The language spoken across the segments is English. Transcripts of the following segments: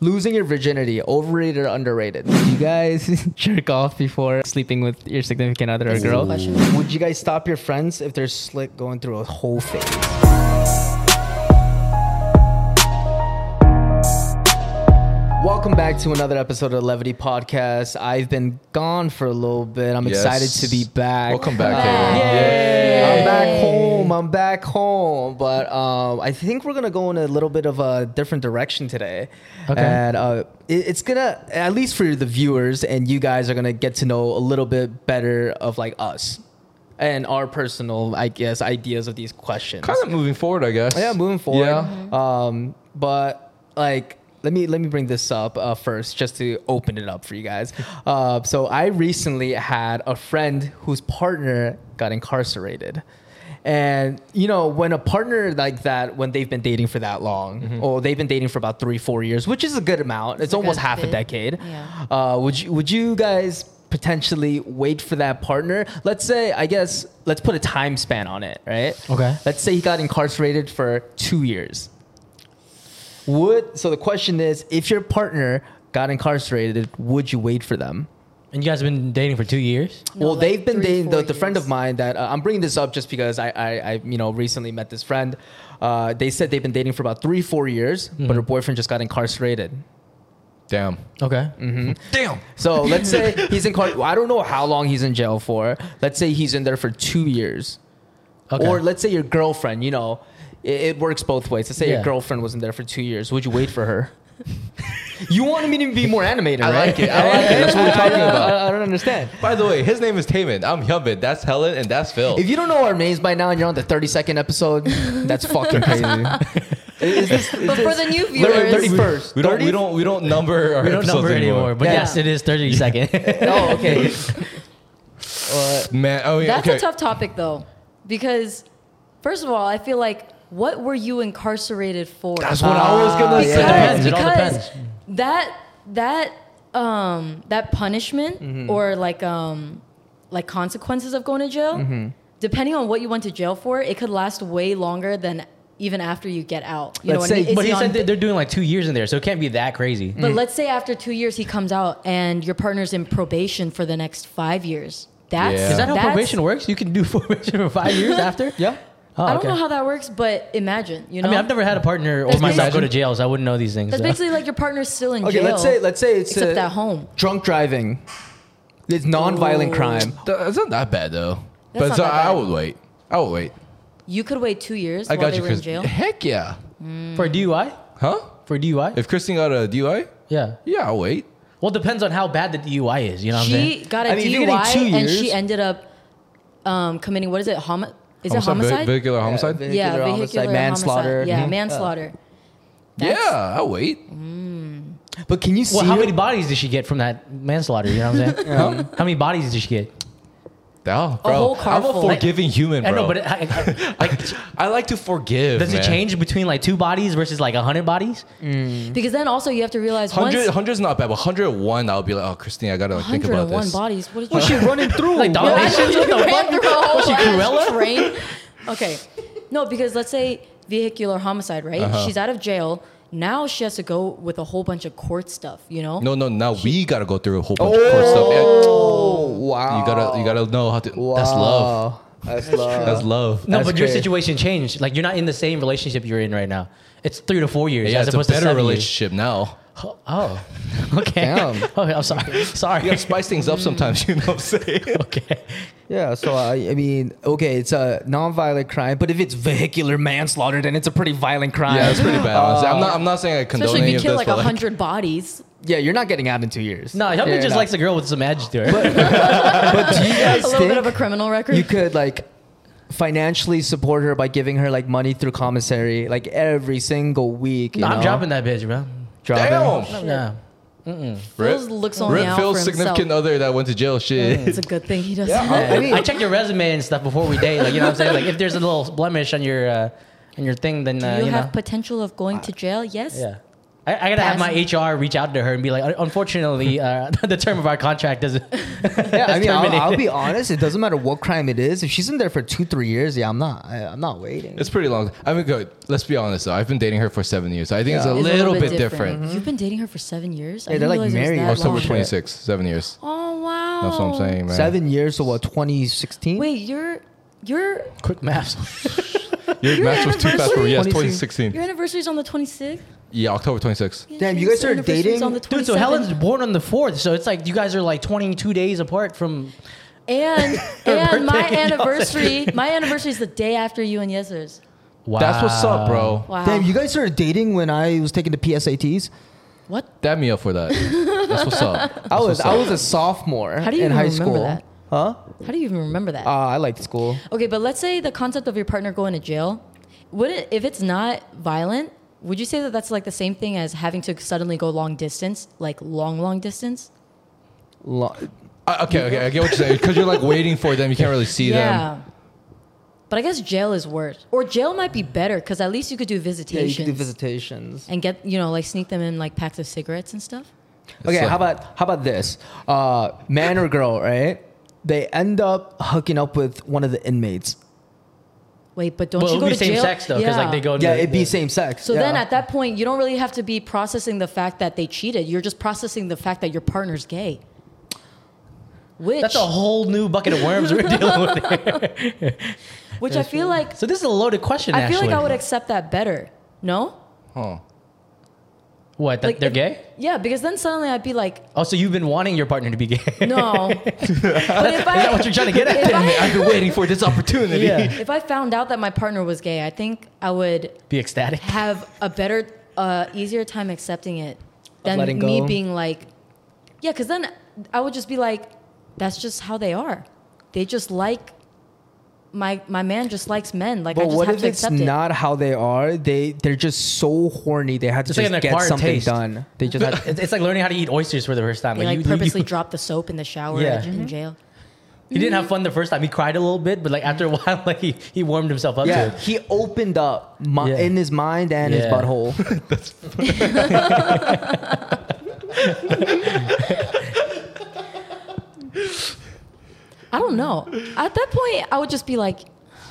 Losing your virginity, overrated or underrated? Do you guys jerk off before sleeping with your significant other or That's a good girl? question. Would you guys stop your friends if they're slick going through a whole phase? Welcome back to another episode of Levity Podcast. I've been gone for a little bit. I'm Yes. excited to be back. Welcome back, Uh, everyone. yay. Yay. I'm back home. I'm back home. But um, I think we're gonna go in a little bit of a different direction today. Okay. And uh, it, it's gonna, at least for the viewers and you guys, are gonna get to know a little bit better of like us and our personal, I guess, ideas of these questions. Kind of moving forward, I guess. Yeah, moving forward. Yeah. Um, but like, let me let me bring this up uh, first, just to open it up for you guys. Uh, so I recently had a friend whose partner got incarcerated. And you know when a partner like that, when they've been dating for that long, or they've been dating for about three, four years, which is a good amount. It's, a almost good half a bit. decade. Yeah. Uh, would you would you guys potentially wait for that partner? Let's say, I guess, let's put a time span on it, right? Okay. Let's say he got incarcerated for two years. Would so the question is, if your partner got incarcerated, would you wait for them? And you guys have been dating for two years? No, well, like they've been three, dating the, four the friend years. of mine that uh, I'm bringing this up just because I, I, I you know recently met this friend. Uh, they said they've been dating for about three four years, but her boyfriend just got incarcerated. Damn. Okay. Damn. So let's say he's in. Car- I don't know how long he's in jail for. Let's say he's in there for two years, Okay. or let's say your girlfriend. You know, it, it works both ways. Let's say Yeah. your girlfriend was in there for two years. Would you wait for her? you wanted me to be more animated, I right? like it. I like it. That's what we're I- I- talking I- about. I, I don't understand. By the way, his name is Taman. I'm Yubin. That's Helen, and that's Phil. If you don't know our names by now and you're on the 32nd episode, that's fucking crazy. Is this- is But for this- the new Literally viewers, 31st. we don't, we don't, we don't number our We don't episodes number anymore, but Yeah. yes, it is 30 second. Oh, okay. Man, oh yeah, that's okay. a tough topic though, because first of all, I feel like what were you incarcerated for? That's what I was gonna because, It depends. say. It all because depends. that that um that punishment or like um like consequences of going to jail depending on what you went to jail for it could last way longer than even after you get out you Let's know what I say- mean? It's but he Mm. beyond- said that they're doing like two years in there, so it can't be that crazy. but let's say after two years he comes out and your partner's in probation for the next five years that's Yeah. Is that how that's- probation works? You can do probation for five years after? Yeah. Oh, i don't okay. know how that works but imagine you know I mean, I've never had a partner or That's myself go basically- to jail, so I wouldn't know these things. that's so. basically like your partner's still in Okay, jail let's say let's say it's except uh, at home drunk driving. It's non-violent Ooh. crime. Th- It's not that bad though. That's but not so that I bad. would wait. I would wait. you could wait two years I while got they you, were in Chris. jail Heck yeah. for DUI? Huh? For DUI? If Christine got a DUI, yeah. yeah, I'll wait. Well, depends on how bad the DUI is. You know what I'm saying? she got a I mean, if you're getting DUI two and years- she ended up um, committing what is it? Homi- is it Homicide, ve- homicide? Vehicular homicide? ve- yeah, Vehicular vehicular homicide, homicide, manslaughter. Yeah, Mhm. manslaughter. yeah, I'll wait. But can you see? Well, how many bodies did she get from that manslaughter? You know what I'm saying? Mm-hmm. Huh? How many bodies did she get? Oh, bro. whole car I'm a full. forgiving human, bro. I know, but it, I, I, like, I like to forgive. does man. it change between like two bodies versus like a hundred bodies? Because then also you have to realize once 100, 100 is not bad, but 101, I'll be like, oh, Christine, I gotta like, think about 101 this. bodies. What did you? was she running through? Like Oh, Yeah, I domination? know, What you the ran fuck? through a whole Was she ass Cruella? Train. Okay, no, because let's say vehicular homicide, right? Uh-huh. She's out of jail. Now she has to go with a whole bunch of court stuff, you know? No, no, now we gotta go through a whole bunch of court stuff. Yeah. Oh wow! You gotta, you gotta know how to. That's love. That's love. That's love. No, That's but your crazy. situation changed. Like you're not in the same relationship you're in right now. It's three to four years yeah, as it's a opposed to better seven relationship now. years. Oh, okay. Damn. Okay, I'm sorry. Sorry. You gotta spice things up sometimes. You know what I'm saying? okay. Yeah, so I, I mean, okay, it's a non-violent crime, but if it's vehicular manslaughter, then it's a pretty violent crime. Yeah, it's pretty bad. Honestly, I'm not. I'm not saying I condone Especially if any you of kill this. like but, like, hundred bodies. Yeah, you're not getting out in two years. No, Yeah, Hyunbin just no. likes a girl with some edge to her. But do you A guys little think bit of a criminal record. you could like financially support her by giving her like money through commissary, like every single week? you I'm know? dropping that bitch, bro. Dropping. Damn. Yeah. Phil's looks only Rip out Phil's for significant himself. other that went to jail. Shit. Mm. It's a good thing he doesn't. Yeah, I, I mean, I checked your resume and stuff before we date. Like you know what I'm saying? Like if there's a little blemish on your uh, on your thing, then Do uh, you, you, have know. potential of going to jail? Yes. yeah. I, I gotta have my Passing. HR reach out to her and be like, unfortunately, uh, the term of our contract doesn't. Yeah, I mean, I'll, I'll terminated. be honest. It doesn't matter what crime it is. If she's in there for two, three years, yeah, I'm not. I, I'm not waiting. It's pretty long. I mean, good. Let's be honest though. I've been dating her for seven years. So I think it's, Yeah. a, It's little bit different. You've been dating her for seven years. I Yeah, they're, didn't like, realize it was married. that Also, October long. shit. 26, seven years. Mm-hmm. Oh wow. That's what I'm saying, man. Seven years to what? 2016. Wait, you're you're Quick maths. Your Your match was too fast for me. Yes, 2016. 2016. your anniversary's on the 26th. Yeah, October 26. Damn, you guys Your are anniversary's dating? on the Dude, so 27th. Helen's born on the 4th, so it's like you guys are like 22 days apart from. and and my birthday. anniversary. my anniversary is the day after you and Yes's. Wow. That's what's up, bro. Wow. Damn, you guys started dating when I was taking the PSATs. what? Dab me up for that. That's what's up. That's I was what's I up. was a sophomore How do you in even high remember school. that? Huh? How do you even remember that? Uh, I liked school. okay, but let's say the concept of your partner going to jail. Would it if it's not violent? Would you say that that's like the same thing as having to suddenly go long distance, like long, long distance? Lo- I- Uh, okay, okay. I get what you're saying because you're like waiting for them. You can't really see them. But I guess jail is worse. Or jail might be better because at least you could do yeah, visitations you could do visitations. and get, you know, like sneak them in like packs of cigarettes and stuff. Okay, like- how about how about this? Uh, man or girl, right? They end up hooking up with one of the inmates. Wait, but don't Well, you it go would be to same jail? sex though, because like they go. Yeah, into it'd be the- same sex. So then yeah. at that point, you don't really have to be processing the fact that they cheated. You're just processing the fact that your partner's gay. Which, That's a whole new bucket of worms we're dealing with. here. which I feel like, So this is a loaded question. I feel like actually. I would accept that better. No? Huh. What? That Like, they're if- gay? Yeah, because then suddenly I'd be like, Oh, so you've been wanting your partner to be gay? no. but if I, is that what you're trying to get at? if I- I've been waiting for this opportunity. yeah. if I found out that my partner was gay, I think I would Be ecstatic. have a better, uh, easier time accepting it than letting me go. being like, yeah, because then I would just be like, that's just how they are. They just like my my man just likes men. Like I But just what have if to it's accept it. not how they are? They they're just so horny. They had to It's like just an get acquired something taste. done. They just had. It's, it's like learning how to eat oysters for the first time. They like you- you- purposely you, drop the soap in the shower Yeah. in jail. He didn't have fun the first time. He cried a little bit, but like after a while, like he, he warmed himself up Yeah, to it. he opened up mi- Yeah. in his mind and his Yeah. butthole. I don't know. At that point, I would just be like,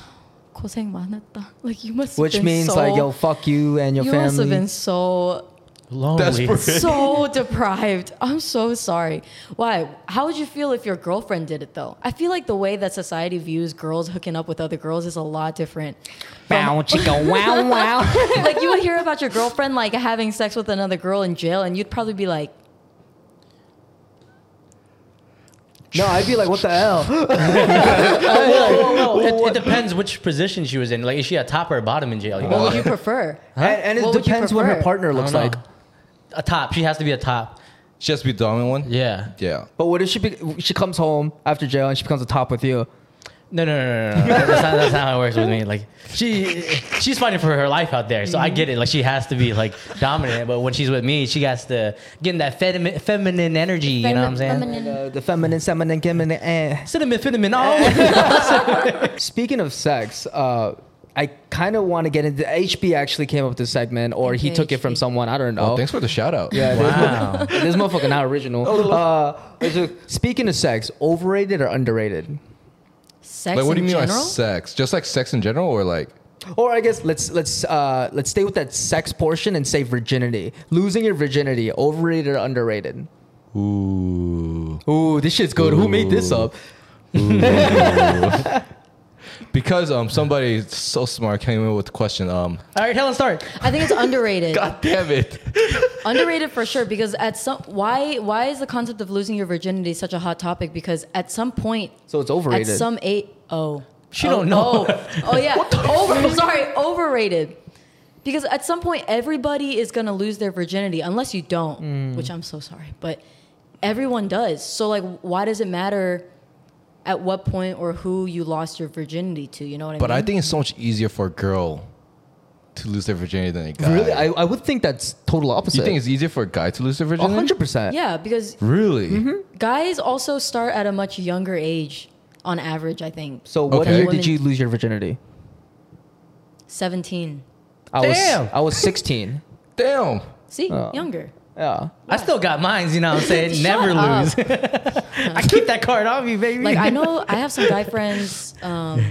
"고생 많았다." Like you must. have Which been means so, like, yo, fuck you and your you family. must have been so Lonely. Desperate. so deprived. I'm so sorry. Why? How would you feel if your girlfriend did it though? I feel like the way that society views girls hooking up with other girls is a lot different. Bow chicka wow wow. like you would hear about your girlfriend like having sex with another girl in jail, and you'd probably be like, no, I'd be like, what the hell? No, it, it depends which position she was in. Like, is she a top or a bottom in jail? You "What know? would you prefer?" And, and it What would you depends what her prefer? partner I don't looks know. like. a top. She has to be a top. Just be the dominant one. Yeah. Yeah. But what if she be- she comes home after jail and she becomes a top with you? No, no, no, no, no. no. That's not, that's not how it works with me. Like, she she's fighting for her life out there, so I get it. Like, she has to be like dominant, but when she's with me, she has to get in that femi- feminine energy. you know what I'm saying? Feminine. Feminine. uh, The, the feminine, feminine, feminine. Eh. Cinnamon, feminine, all. Speaking of sex, uh, I kind of want to get into HB. Actually, came up with this segment, or he Okay, took it from HB. someone. I don't know. Oh, thanks for the shout out. Yeah, Wow. this, this motherfucker not original. Oh, Uh, so speaking of sex, overrated or underrated? Sex Like, what do in you mean by general? sex? Just like sex in general, or like Or I guess let's let's uh, let's stay with that sex portion and say virginity. Losing your virginity, overrated or underrated? ooh. Ooh, this shit's good. Who made this up? Because um somebody so smart came in with the question. Um, All right, Helen, start. I think it's underrated. God damn it! underrated for sure because at some why why is the concept of losing your virginity such a hot topic because at some point So it's overrated. at some eight oh She oh, don't know. oh, oh yeah over sorry overrated because at some point everybody is gonna lose their virginity unless you don't which I'm so sorry but everyone does so like why does it matter at what point or who you lost your virginity to you know what I But mean I think it's so much easier for a girl to lose their virginity than a guy. really, I, I would think that's total opposite. you think it's easier for a guy to lose their virginity? hundred percent? yeah because Really? Mm-hmm. guys also start at a much younger age on average I think So what Okay. year did Women- you lose your virginity? 17. I Damn. was I was sixteen. Damn. See, Oh. younger. Yeah. I still got mines, you know what I'm saying? Shut Never up. lose. I keep that card on me, baby. Like I know I have some guy friends um,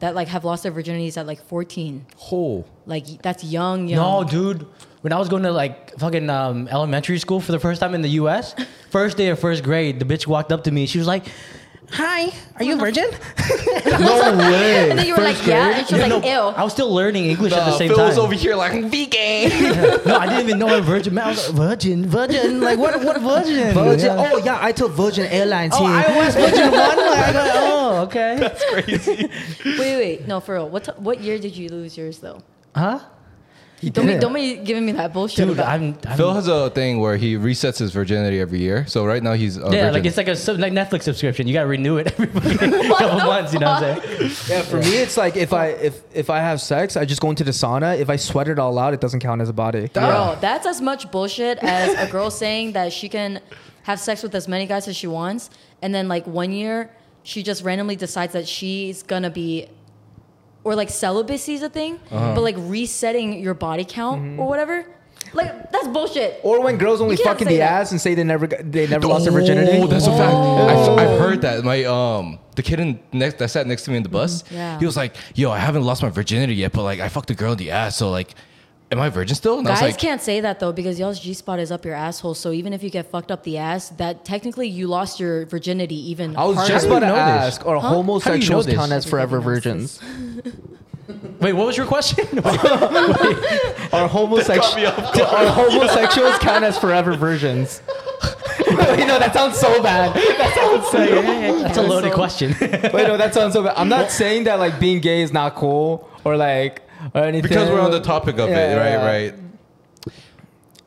that like have lost their virginities at like 14. Whole. Like that's young, young. No, dude. When I was going to like fucking um, elementary school for the first time in the U.S., first day of first grade, the bitch walked up to me. She was like, "Hi, are you a virgin?" No way. And then you were like, yeah, and she was like, I ew. was still learning English at the same Phil was time. over here like vegan. no, I didn't even know what virgin meant. I was like, virgin, virgin, like what, what virgin? Virgin. Yeah. Oh yeah, I took Virgin Airlines Oh, here. I was virgin one. Like, oh, okay. Wait, wait, wait, no, for real. What t- what year did you lose yours though? Huh? Don't be don't be giving me that bullshit. Dude, about- I'm. I'm Phil has a thing where he resets his virginity every year. So right now he's a yeah, virgin. like it's like a sub, like Netflix subscription. You gotta renew it every fucking couple months. You know what I'm saying? Yeah, for me it's like if I if if I have sex, I just go into the sauna. If I sweat it all out, it doesn't count as a body. Bro, that's as much bullshit as a girl saying that she can have sex with as many guys as she wants, and then like one year she just randomly decides that she's gonna be, or like celibacy is a thing, Uh-huh. but like resetting your body count or whatever, like that's bullshit. Mm-hmm. Or when girls only You can't fucking say the that. ass and say they never got- they never lost their virginity. Oh, that's a fact. Oh. I've, I've heard that. My um, the kid in next that sat next to me in the bus. Yeah. He was like, "Yo, I haven't lost my virginity yet, but like, I fucked a girl in the ass. So like, am I virgin still?" And Guys I was like, can't say that though because y'all's G spot is up your asshole. So even if you get fucked up the ass, that technically you lost your virginity. Even I was harder. just do you about to know this? ask, are Huh? homosexuals this? count as forever Everybody knows virgins? Wait, what was your question? Are homosexuals are homosexuals count as forever virgins? Wait, no, that sounds so bad. That sounds so That's a loaded question. Wait, no, that sounds so bad. I'm not saying that like being gay is not cool or like or anything. because we're on the topic of Yeah, it, right? yeah. Right.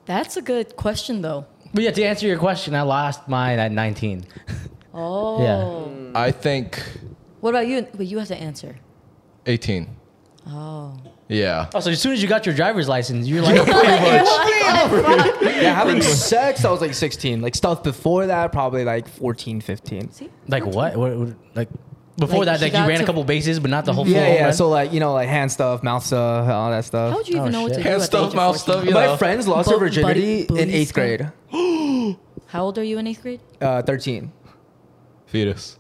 That's a good question though. But yeah, to answer your question, I lost mine at 19. Oh, I think what about you? Wait, you have to answer. eighteen. Oh. Yeah. Oh, so as soon as you got your driver's license, you're like, Yeah, having sex, I was like 16. Like stuff before that, probably like 14, 15. See? like what? what? what- Like before Like, that, he like you got ran a to- couple bases, but not the whole Yeah, full yeah. run? So like you know, like hand stuff, mouth stuff, all that stuff. How would you even Oh, know what to shit. do? Hand at stuff, the age mouth of 14? stuff, you My know. friends lost their Bu- buddy- virginity in bullies eighth go- grade, How old are you in eighth grade? uh, 13. Fetus.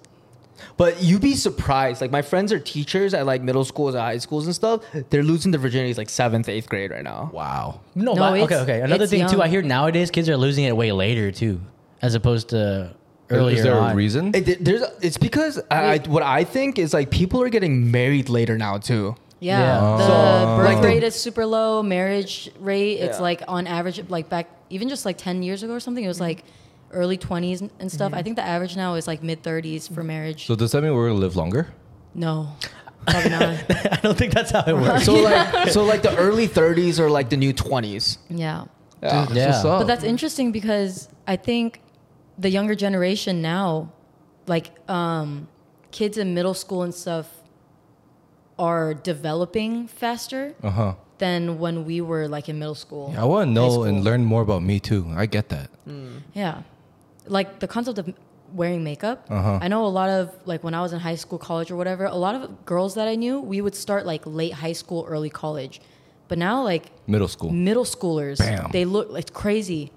But you'd be surprised. Like my friends are teachers at like middle schools and high schools and stuff. They're losing their virginities like seventh, eighth grade right now. Wow. no, No, but, it's- okay, okay. Another it's thing too, young. I hear nowadays kids are losing it way later too, as opposed to earlier. Is there on. a reason? It, there's it's because I, I, what I think is like people are getting married later now too. Yeah. Yeah. The birth Oh. Like the- rate is super low, marriage rate, it's Yeah. like on average, like back even just like 10 years ago or something, it was like early 20s and- and Mm-hmm. stuff. I think the average now is like mid 30s for marriage. So does that mean we're gonna live longer? no. Probably not. I don't think that's how it works. So like so like the early 30s are like the new Ah. 20s. yeah. Yeah. Dude, Yeah. That's what's up. But Oh. that's interesting because I think the younger generation now, like um, kids in middle school and stuff, are developing faster uh Uh-huh. huh. than when we were like in middle school. I want to high know school. and learn more about me too. I get that. Yeah. Like the concept of wearing makeup. Uh-huh. I know a lot of like when I was in high school, college or whatever, a lot of girls that I knew, we would start like late high school, early college. But now like Middle school. middle schoolers, Bam. they look like crazy.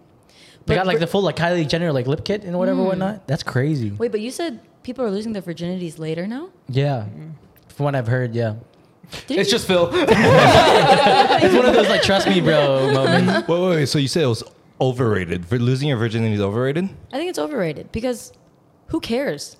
they got like vir- the full like Kylie Jenner like lip kit and whatever Hmm. whatnot. That's crazy. Wait, but you said people are losing their virginities later now? Yeah, from what I've heard, yeah. Didn't It's you- just Phil. It's one of those like trust me, bro moments. wait, wait, wait. So you said it was overrated. Vir- Losing your virginity is overrated? I think it's overrated because who cares?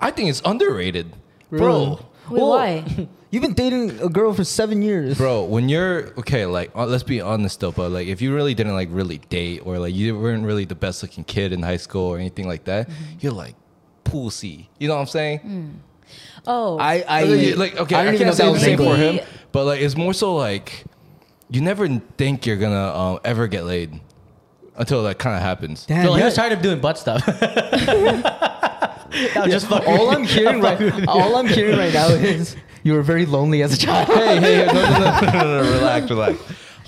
I think it's underrated. Bro. Wait, Well, why? You've been dating a girl for 7 years. Bro, when you're okay, like uh, let's be honest though, but like if you really didn't like really date or like you weren't really the best looking kid in high school or anything like that, Mm-hmm. you're like pussy. You know what I'm saying? Oh. I I Like, like okay, I, don't even know can't if say that the was same English. for him, Maybe- but like it's more so like you never think you're gonna um, ever get laid until that kind of happens. Damn, So like, he yeah. was tired of doing butt stuff. I was just fucking. all I'm hearing right all I'm hearing right now is you were very lonely as a child. Hey, hey, hey, no, no, no, no, no, no, relax, relax.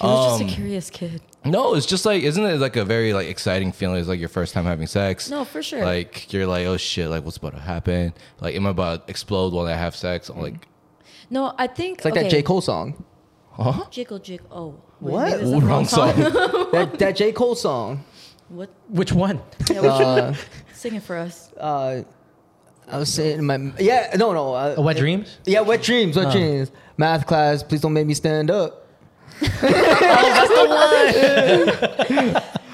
Um, he was just a curious kid. No, it's just like isn't it like a very like exciting feeling? It's like your first time having sex. No, for sure. Like you're like, oh shit, like what's about to happen? Like am I about to explode when I have sex? I'm like, No, I think It's like okay. that J Cole song. Huh? Jiggle jiggle. Oh, wait, What? maybe this is Ooh, the wrong song. that, that J Cole song. What? Which one? Yeah, we Uh, should sing it for us. uh, I was saying my yeah no no uh, Wet Dreams? yeah wet dreams wet Oh. dreams math class please don't make me stand up. Oh,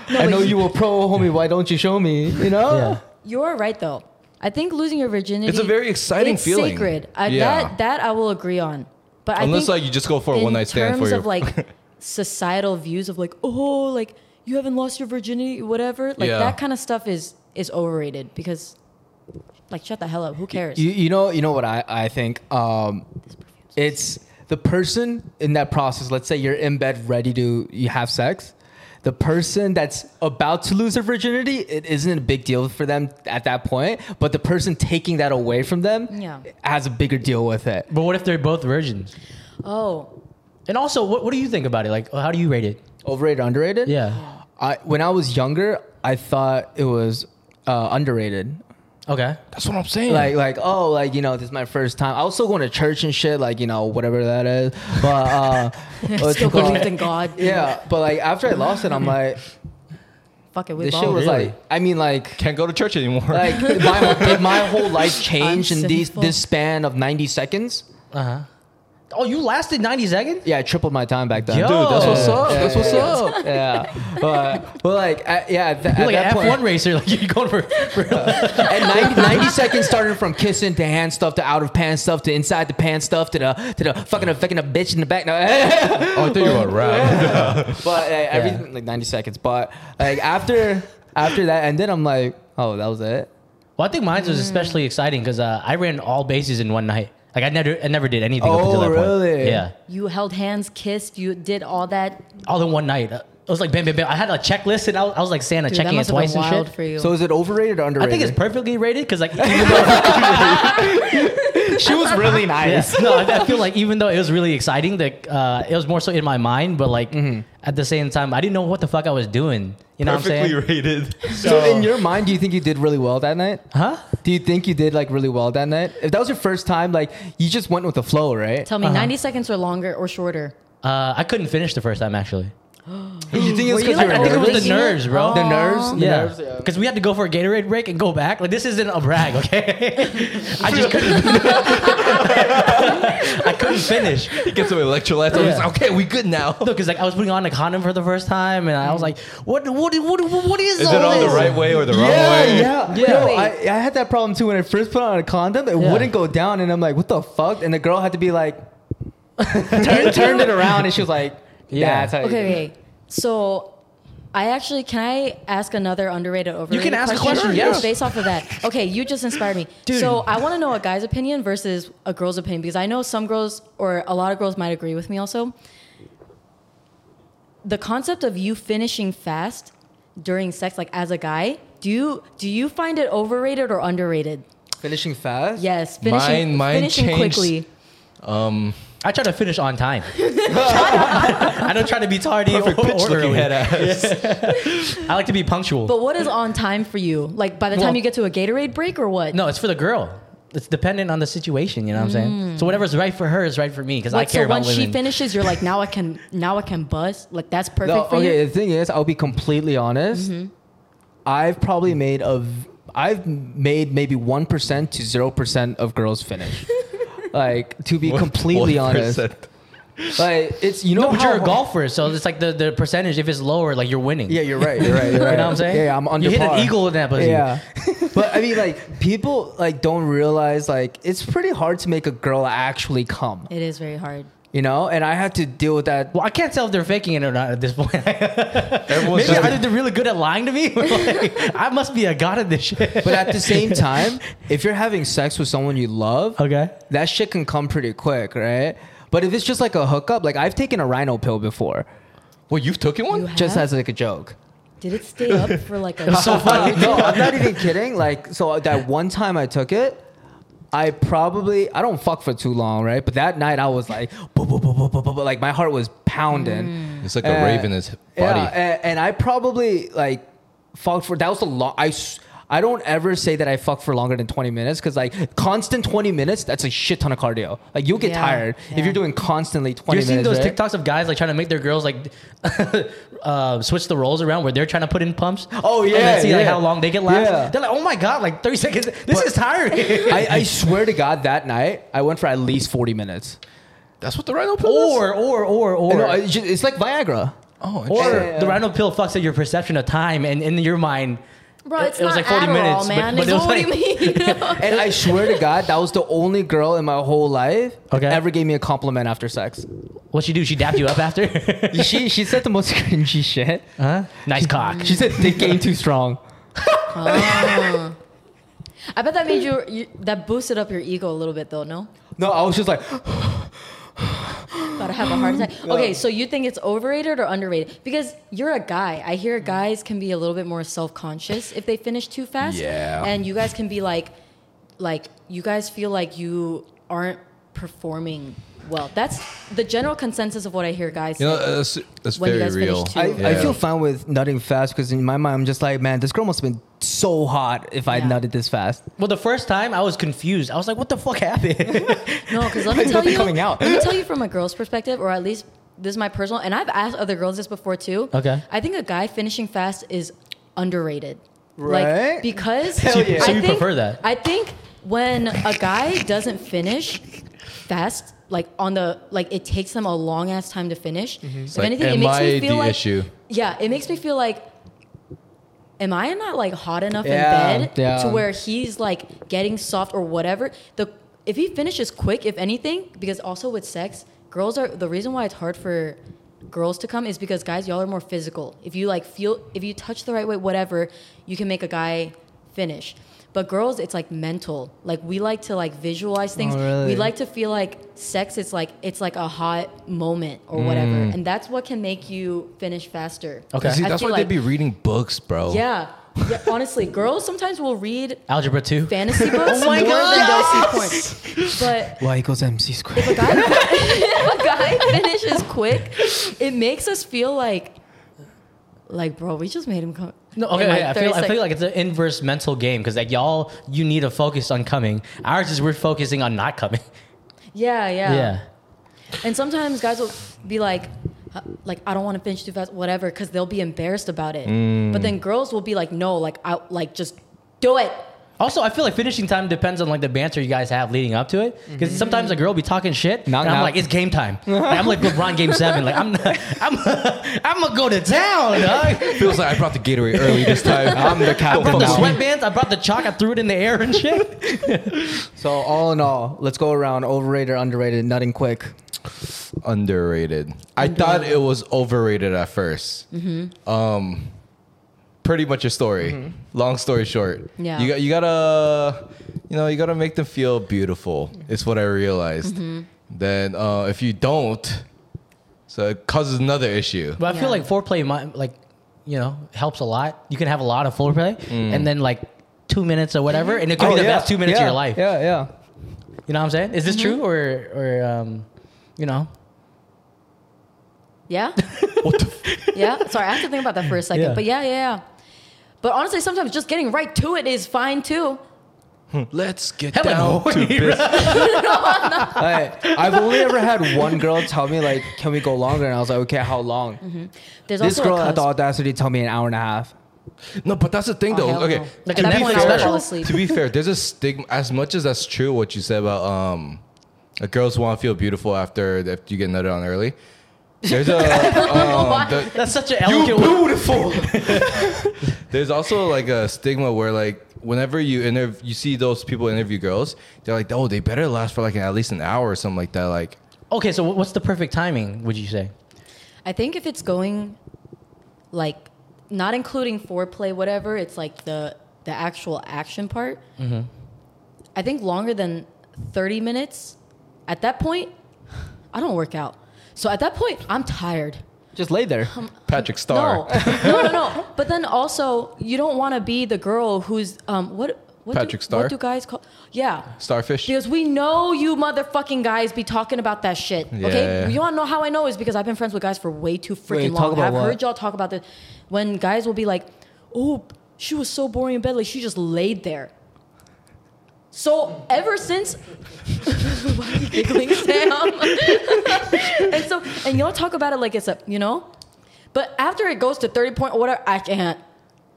I know you were pro homie why don't you show me you know Yeah. You're right though. I think losing your virginity. It's a very exciting it's feeling. Sacred. I, Yeah. That that I will agree on. But I Unless think like you just go for a in one night stand terms for your of like societal views of like oh like you haven't lost your virginity whatever like Yeah. that kind of stuff is is overrated because like shut the hell up who cares You, you know, you know what I, I think. Um, it's the person in that process. Let's say you're in bed, ready to you have sex. The person that's about to lose their virginity, it isn't a big deal for them at that point. But the person taking that away from them Yeah. has a bigger deal with it. But what if they're both virgins? oh And also, what, what do you think about it? Like, how do you rate it? Overrated, underrated. Yeah. I when I was younger, I thought it was uh, underrated. Okay. That's what I'm saying. like like oh like you know this is my first time. I was still going to church and shit like you know whatever that is. But uh, what's still it called? believed in god Yeah, but like after I lost it, I'm like fuck it we this shit was really? like I mean like can't go to church anymore. like did my, did my whole life change I'm in these sinful. this span of 90 seconds? Uh huh. Oh, you lasted 90 seconds? Yeah, I tripled my time back then. Yo. Dude, that's what's up, Yeah, that's what's yeah, up. Yeah, but but like I, yeah, at, that- You're at like that point, an F1 racer. Like, you're going for. for at 90, 90 seconds, starting from kissing to hand stuff to out of pants stuff to inside the pants stuff to the to the fucking a fucking a bitch in the back. No, oh, I thought you were a rap. but uh, everything like 90 seconds. But like after after that ended, I'm like, oh, that was it. well, I think mine was especially exciting because uh, I ran all bases in one night. Like, I never, I never did anything up Oh, until that point. really? Yeah. you held hands kissed you did all that All in one night. Uh, It was like bam, bam, bam. I had a checklist and I was, I was like Santa Dude, that checking it must have been twice and wild shit. for you So is it overrated or I underrated? think it's perfectly rated because like even though, she was really yeah, nice. no, I I feel like even though it was really exciting, like uh, it was more so in my mind, but like Mm-hmm. at the same time, I didn't know what the fuck I was doing. You know what I'm Perfectly saying? rated. So in your mind, do you think you did really well that night? Huh? Do you think you did like really well that night? If that was your first time, like you just went with the flow, right? tell me uh-huh. 90 seconds or longer or shorter Uh, I couldn't finish the first time actually. You think it's Were you, because you like, were I think it was nervous? the Overthinking it? nerves, bro. The nerves? The Yeah, nerves, because we had to go for a Gatorade break and go back. Like this isn't a brag, okay? I just couldn't. I couldn't finish. He gets some electrolytes. I'm just like, okay, we good now. No, because like I was putting on a condom for the first time, and I was like, "What? What? What? What is, Is all it on the this? right way or the wrong Yeah, way? yeah, Yeah. Yo, Wait. I, I had that problem too when I first put on a condom. It Yeah. wouldn't go down, and I'm like, "What the fuck?" And the girl had to be like, turn, turned it around, and she was like, Yeah. "Yeah, that's how you do it." okay, okay so I actually can I ask another underrated overrated can ask a question, Just yes. based off of that. Okay, you just inspired me. Dude. So I want to know a guy's opinion versus a girl's opinion because I know some girls or a lot of girls might agree with me also. The concept of you finishing fast during sex, like as a guy, do you do you find it overrated or underrated? Finishing fast. Yes, finishing, Mine- mine finishing changed- quickly. I try to finish on time. I don't try to be tardy Perfect or, pitch or looking early. head ass. I like to be punctual. But what is on time for you? Like by the time Well- you get to a Gatorade break or what? no, it's for the girl. It's dependent on the situation. You know what I'm saying? So whatever's right for her is right for me because I Mm. Like, care so about once women. she finishes, you're like, now I can, now I can buzz. Like that's perfect No, for okay. you. The thing is, I'll be completely honest. Mm-hmm. I've probably made a, v- I've made maybe one percent to zero percent of girls finish. like to be completely honest, 1%. like it's you know no, but how you're a golfer, so it's like the, the percentage. If it's lower, like you're winning. Yeah, you're right. You're right. You're right. You know what I'm saying? Yeah, yeah, I'm under You hit an par. eagle in that pussy. Yeah, but I mean, like people like don't realize like it's pretty hard to make a girl actually come. It is very hard. You know, and I had to deal with that. Well, I can't tell if they're faking it or not at this point. Everyone's Maybe just either they're really good at lying to me. or, like, I must be a god at this shit. But at the same time, if you're having sex with someone you love, Okay. that shit can come pretty quick, right? But if it's just like a hookup, like I've taken a rhino pill before, Well, you've taken one? You just have? as like a joke. Did it stay up for like a? So funny. no, I'm not even kidding. Like, so that one time I took it, I probably I don't fuck for too long, right? But that night I was like, "Boo, boo, boo, boo, boo, boo," like my heart was pounding. Mm. It's like a Uh, rave in his body. Yeah, and, and I probably like fucked for that was a long. I s- I don't ever say that I fuck for longer than 20 minutes because like constant 20 minutes, that's a shit ton of cardio. Like you'll get Yeah, tired if yeah. you're doing constantly 20 You've seen minutes. those right? TikToks of guys like trying to make their girls like uh, switch the roles around where they're trying to put in pumps. Oh, and yeah, then see like yeah. how long they can last. Yeah. They're like, oh my god, like thirty seconds. This But- is tiring. I, I swear to God, that night I went for at least 40 minutes. That's what the rhino pill is. or or or or. No, it's, just- it's like Viagra. oh, or interesting. Yeah. the rhino pill fucks at your perception of time, and in your mind, Bro, it- it's it was not like 40 Adderall, minutes, but- man. but it's it was what do you like- mean? You know? And I swear to God, that was the only girl in my whole life Okay. that ever gave me a compliment after sex. what she do? She dapped you up after? She she said the most cringy shit. huh? Nice cock. She said dick game too strong. I bet that made you, you that boosted up your ego a little bit though. No, No, I was just like, about to have a heart attack. Okay, so you think it's overrated or underrated? Because you're a guy. I hear guys can be a little bit more self conscious if they finish too fast. Yeah. and you guys can be like, like you guys feel like you aren't performing well. That's the general consensus of what I hear guys. You know, uh, say. that's, that's When you very guys finish real. two. I, I Yeah. feel fine with nutting fast because in my mind, I'm just like, man, this girl must have been so hot if I Yeah. nutted this fast. Well, the first time I was confused. I was like, "What the fuck happened?" No, because let me There's tell nothing you. coming out. Let me tell you from a girl's perspective, or at least this is my personal. And I've asked other girls this before too. Okay. I think a guy finishing fast is underrated. Right? Like, because So you- I so you think- prefer that? I think when a guy doesn't finish fast, like on the like it takes them a long ass time to finish. If like, anything, it am makes I me feel the like issue? yeah, it makes me feel like. Am I not like hot enough Yeah, in bed yeah. to where where he's like getting soft or whatever. The if he finishes quick, if anything, because also with sex, girls are the reason why it's hard for girls to come is because guys y'all are more physical. If you like feel if you touch the right way, whatever, you can make a guy finish. But girls, it's like mental. Like we like to like visualize things. Oh, really? We like to feel like sex is like it's like a hot moment or whatever, Mm. and that's what can make you finish faster. Okay. See, I that's feel why like- they'd be reading books, bro. Yeah. yeah. Honestly, girls sometimes will read Algebra two. fantasy books Oh more than dosage points. But Y equals MC squared. if a guy if a guy finishes quick, it makes us feel like like bro, we just made him come. No, in, okay, like, I, 30 feel, I seconds. feel like it's an inverse mental game because like y'all, you need to focus on coming. Ours is we're focusing on not coming. yeah, yeah, yeah. And sometimes guys will be like. uh, Like I don't want to finish too fast, whatever, because they'll be embarrassed about it. But then girls will be like, "No, like I like just do it." Also, I feel like finishing time depends on like the banter you guys have leading up to it. Because sometimes a girl be talking shit, Knock, and I'm knock. like, it's game time. Like, I'm like LeBron game seven. Like I'm, I'm, I'm gonna go to town. Dog. Feels like I brought the Gatorade early this time. I'm the I captain brought the now. sweatbands. I brought the chalk. I threw it in the air and shit. So all in all, let's go around overrated, underrated, nutting quick. Underrated. I thought it was overrated at 1st Um, Mm-hmm. pretty much a story. Long story short. Yeah. You got you gotta, you know, you gotta make them feel beautiful. It's what I realized. Mm-hmm. Then uh, if you don't, so it causes another issue. But I Yeah. feel like foreplay, mi- like you know, helps a lot. You can have a lot of foreplay, and then like two minutes or whatever, and it could be the best two minutes Mm. Oh, yeah, of your life. Yeah, yeah. You know what I'm saying? Is Mm-hmm. this true or or um, you know? Yeah. yeah. Sorry, I have to think about that for a second. Yeah. But yeah, yeah, yeah. But honestly, sometimes just getting right to it is fine too. Let's get Hella down to horny, business. I, I've only ever had one girl tell me like, "Can we go longer?" And I was like, "Okay, how long?" There's This Mm-hmm. also girl a had the cusp. audacity to tell me an hour and a half. No, but that's the thing, Oh, though. hell okay, no. Like, at that point, I would fall asleep. to be fair, there's a stigma. As much as that's true, what you said about um, like, girls want to feel beautiful after after you get nutted on early. There's a um, the- That's such an elegant. way- Beautiful. there's also like a stigma where like whenever you interv- you see those people interview girls, they're like, oh, they better last for like at least an hour or something like that. Like, Okay, so what's the perfect timing? Would you say? I think if it's going, like, not including foreplay, whatever, it's like the the actual action part. Mm-hmm. I think longer than thirty minutes. At that point, I don't work out, so at that point, I'm tired. Just lay there. Patrick Starr. No, no, no, no. But then also, you don't want to be the girl who's um what what Patrick do, Starr? What do guys call? Yeah, Starfish. because we know you motherfucking guys be talking about that shit. Yeah. Okay, you want to know how I know is because I've been friends with guys for way too Wait, freaking talk long. about I've what? heard y'all talk about this when guys will be like, "Oh, she was so boring in bed. Like she just laid there. So ever since, why are you giggling, Sam? and so and y'all talk about it like it's a you know, but after it goes to thirty point order, I can't.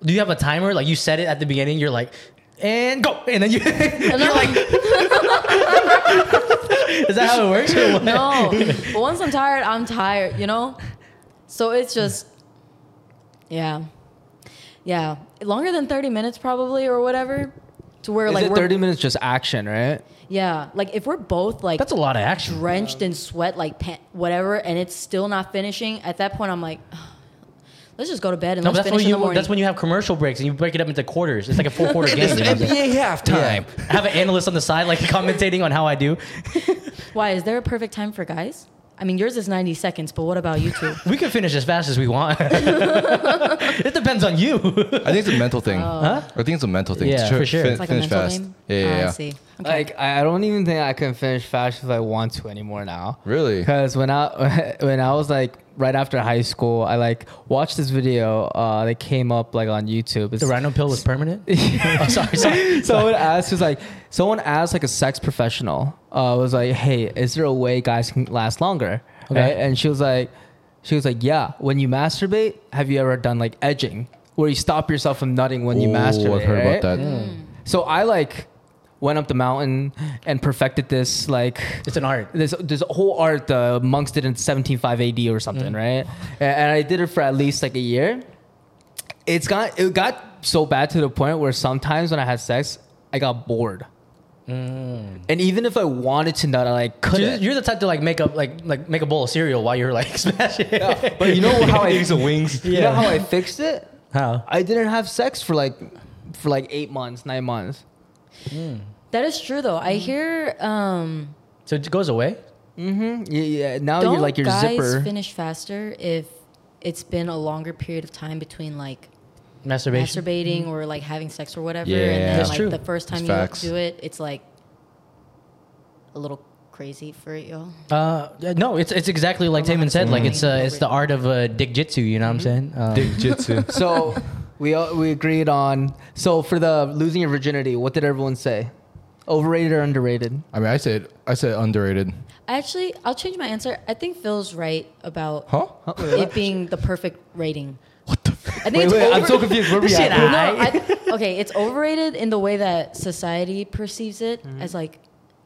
Do you have a timer? Like you set it at the beginning. You're like, and go, and then you. And I'm like, is that how it works? Or what? no. But once I'm tired, I'm tired. You know, so it's just, yeah, yeah, longer than thirty minutes probably or whatever. To where Is like it we're 30 minutes just action, right? yeah, like if we're both like That's a lot of action. drenched in sweat, like pant, whatever, and it's still not finishing. At that point, I'm like, "Ugh, let's just go to bed and No, but let's that's when finish in the you. morning. That's when you have commercial breaks and you break it up into quarters. It's like a four quarter game. It's you the know? NBA halftime. Yeah. I have an analyst on the side, like commentating on how I do. Why is there a perfect time for guys? I mean, yours is 90 seconds, but what about you two? We can finish as fast as we want. it depends on you. I think it's a mental thing. Huh? I think it's a mental thing. Yeah, Tr- for sure. fin- It's Oh. It's like finish a mental fast. game. Yeah, yeah, Oh, yeah. I see. Like I I don't even think I can finish fast if I want to anymore now. Really? Because when I when I was like right after high school, I like watched this video uh, that came up like on YouTube. It's, The rhino pill was permanent. oh, sorry, sorry. someone asked was like someone asked like a sex professional uh, was like hey is there a way guys can last longer Okay. right? and she was like she was like yeah when you masturbate have you ever done like edging where you stop yourself from nutting when you Ooh, masturbate I've heard right? about that. so I like went up the mountain and perfected this like It's an art. this this whole art the monks did in 1705 AD or something, right? And, and I did it for at least like a year. It's got it got so bad to the point where sometimes when I had sex, I got bored. And even if I wanted to nut, I like You're, couldn't. you're the type to like make up like like make a bowl of cereal while you're like smashing. it. But you know how I Eating some wings. you know how I fixed it? How? I didn't have sex for like for like eight months, nine months. That is true, though. I hear um, So it goes away. Yeah, yeah. Now don't you're Oh, like your guys zipper. finish faster if it's been a longer period of time between like Masturbation. masturbating or like having sex or whatever. Yeah. and then That's like true. the first time That's you facts. do it, it's like a little crazy for it, y'all. Uh, yeah, no, it's it's exactly like Taman said. Like it's uh, it's the art of uh, dick jitsu. You know what I'm saying? Um, Dick jitsu. So we all, we agreed on. So for the losing your virginity, what did everyone say? Overrated or underrated? I mean, I said I said underrated. Actually, I'll change my answer. I think Phil's right about Huh? it being the perfect rating. What the? I think Wait, it's wait, over- I'm so confused. Where we Shit, at? No, I- I- okay, it's overrated in the way that society perceives it Mm-hmm. as like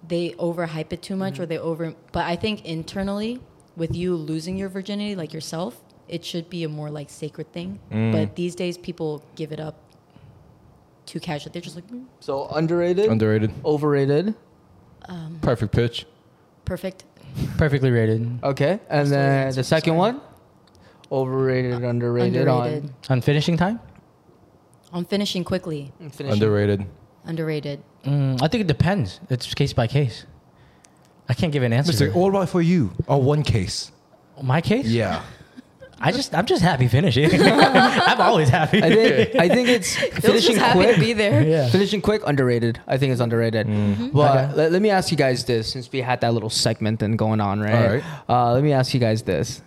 they overhype it too much or they over. But I think internally, with you losing your virginity, like yourself, it should be a more like sacred thing. Mm. But these days, people give it up too casual. They're just like "Mm, So underrated, Underrated. overrated. Perfect pitch. perfect. perfectly rated. Okay, and then answer, the second sorry. one, overrated, underrated, Uh, Underrated. On finishing time, On finishing quickly, on finishing. Underrated. underrated. mm, I think it depends. It's case by case. I can't give an answer. to Mister, that. what about for you? Oh, one case. My case? Yeah. I just I'm just happy finishing. I'm always happy. I think I think it's Phil's finishing just happy quick. to be there. Yeah. Finishing quick, underrated. I think it's underrated. But let, let me ask you guys this, since we had that little segment and going on, right? Alright. Uh, let me ask you guys this: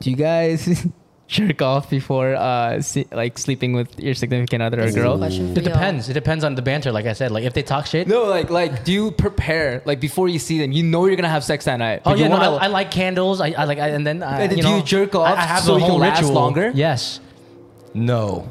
Do you guys jerk off before uh, se- like sleeping with your significant other or This is a girl? question for It y'all. depends. It depends on the banter. Like I said, like if they talk shit. No, like like do you prepare like before you see them? You know you're gonna have sex that night. Oh but you yeah, no, wanna- I, I like candles. I, I like, I, and then I, And then you do know, you jerk off I, I have so a you can whole last ritual. longer? Yes, No.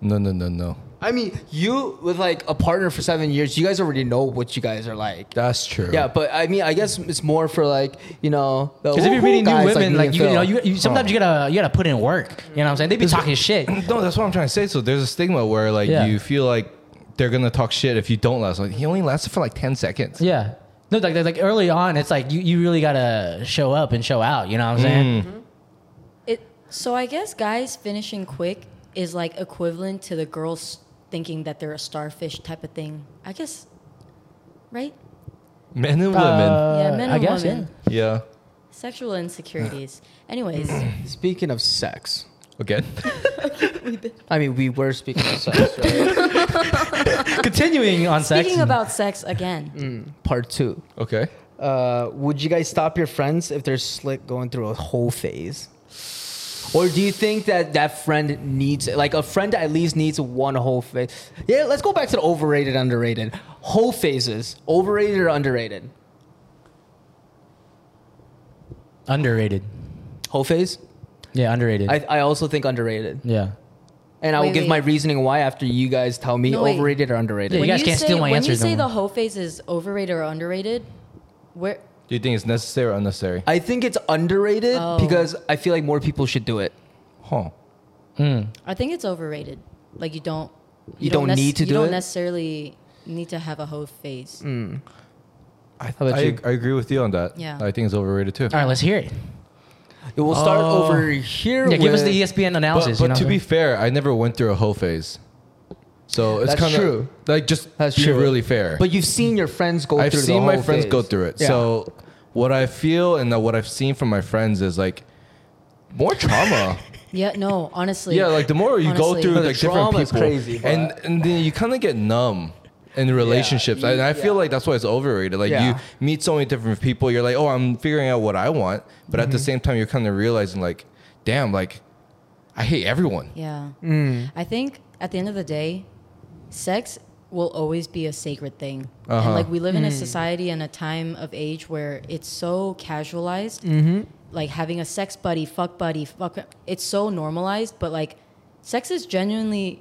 No, no, no, no. I mean, you with like a partner for seven years, you guys already know what you guys are like. That's true. Yeah, but I mean, I guess it's more for like you know because if you're meeting new women, like, you, you know, you, you sometimes Huh. you gotta you gotta put in work. You know what I'm saying? They be talking shit. No, that's what I'm trying to say. So there's a stigma where like Yeah. you feel like they're gonna talk shit if you don't last. Like he only lasted for like ten seconds. Yeah. No, like like early on, it's like you, you really gotta show up and show out. You know what I'm saying? It, so I guess guys finishing quick is like equivalent to the girls thinking that they're a starfish type of thing. I guess, right? Men Mm, and women. Uh, yeah, men I and guess, women. yeah. Sexual insecurities. Anyways, Speaking of sex, Again. I mean, we were speaking of sex, right? yeah. Continuing on sex. speaking about sex again, Part two. okay. Uh, would you guys stop your friends if they're slick going through a whole phase? Or do you think that that friend needs, like, a friend at least needs one whole phase? Yeah, let's go back to the overrated, underrated. Whole phases, overrated or underrated? Underrated. Whole phase? Yeah, underrated. I, I also think underrated. yeah. And I will Wait, give wait. my reasoning why after you guys tell me No, wait. overrated or underrated. Yeah, you When guys can't say, steal my when answers you no say the more. whole phase is overrated or underrated, where Do you think it's necessary or unnecessary? I think it's underrated Oh. because I feel like more people should do it. Huh. Mm. I think it's overrated. Like you don't you, don't need to you do don't it? necessarily need to have a whole phase. I, How about I, you? I agree with you on that. Yeah. I think it's overrated too. All right, let's hear it. We'll start Oh. over here. Yeah, give us with- the E ESPN analysis. But, but you know to what I'm be fair, I never went through a whole phase. So it's That's kind of true. Like just That's be true. really fair. But you've seen your friends go I've through the seen my whole friends phase. go through it. Yeah. So what I feel and what I've seen from my friends is like more trauma. Yeah, no, honestly. yeah, like the more you Honestly. go through No, the like different trauma people, is crazy, but- and and then you kind of get numb in relationships. you- and I feel yeah. like that's why it's overrated. Like Yeah. you meet so many different people, you're like, oh, I'm figuring out what I want, but at the Mm-hmm. same time, you're kind of realizing like, damn, like I hate everyone. Yeah. I think at the end of the day, sex will always be a sacred thing. Uh-huh. And like we live in a society and a time of age where it's so casualized. Like having a sex buddy, fuck buddy, fuck it's so normalized, but like sex is genuinely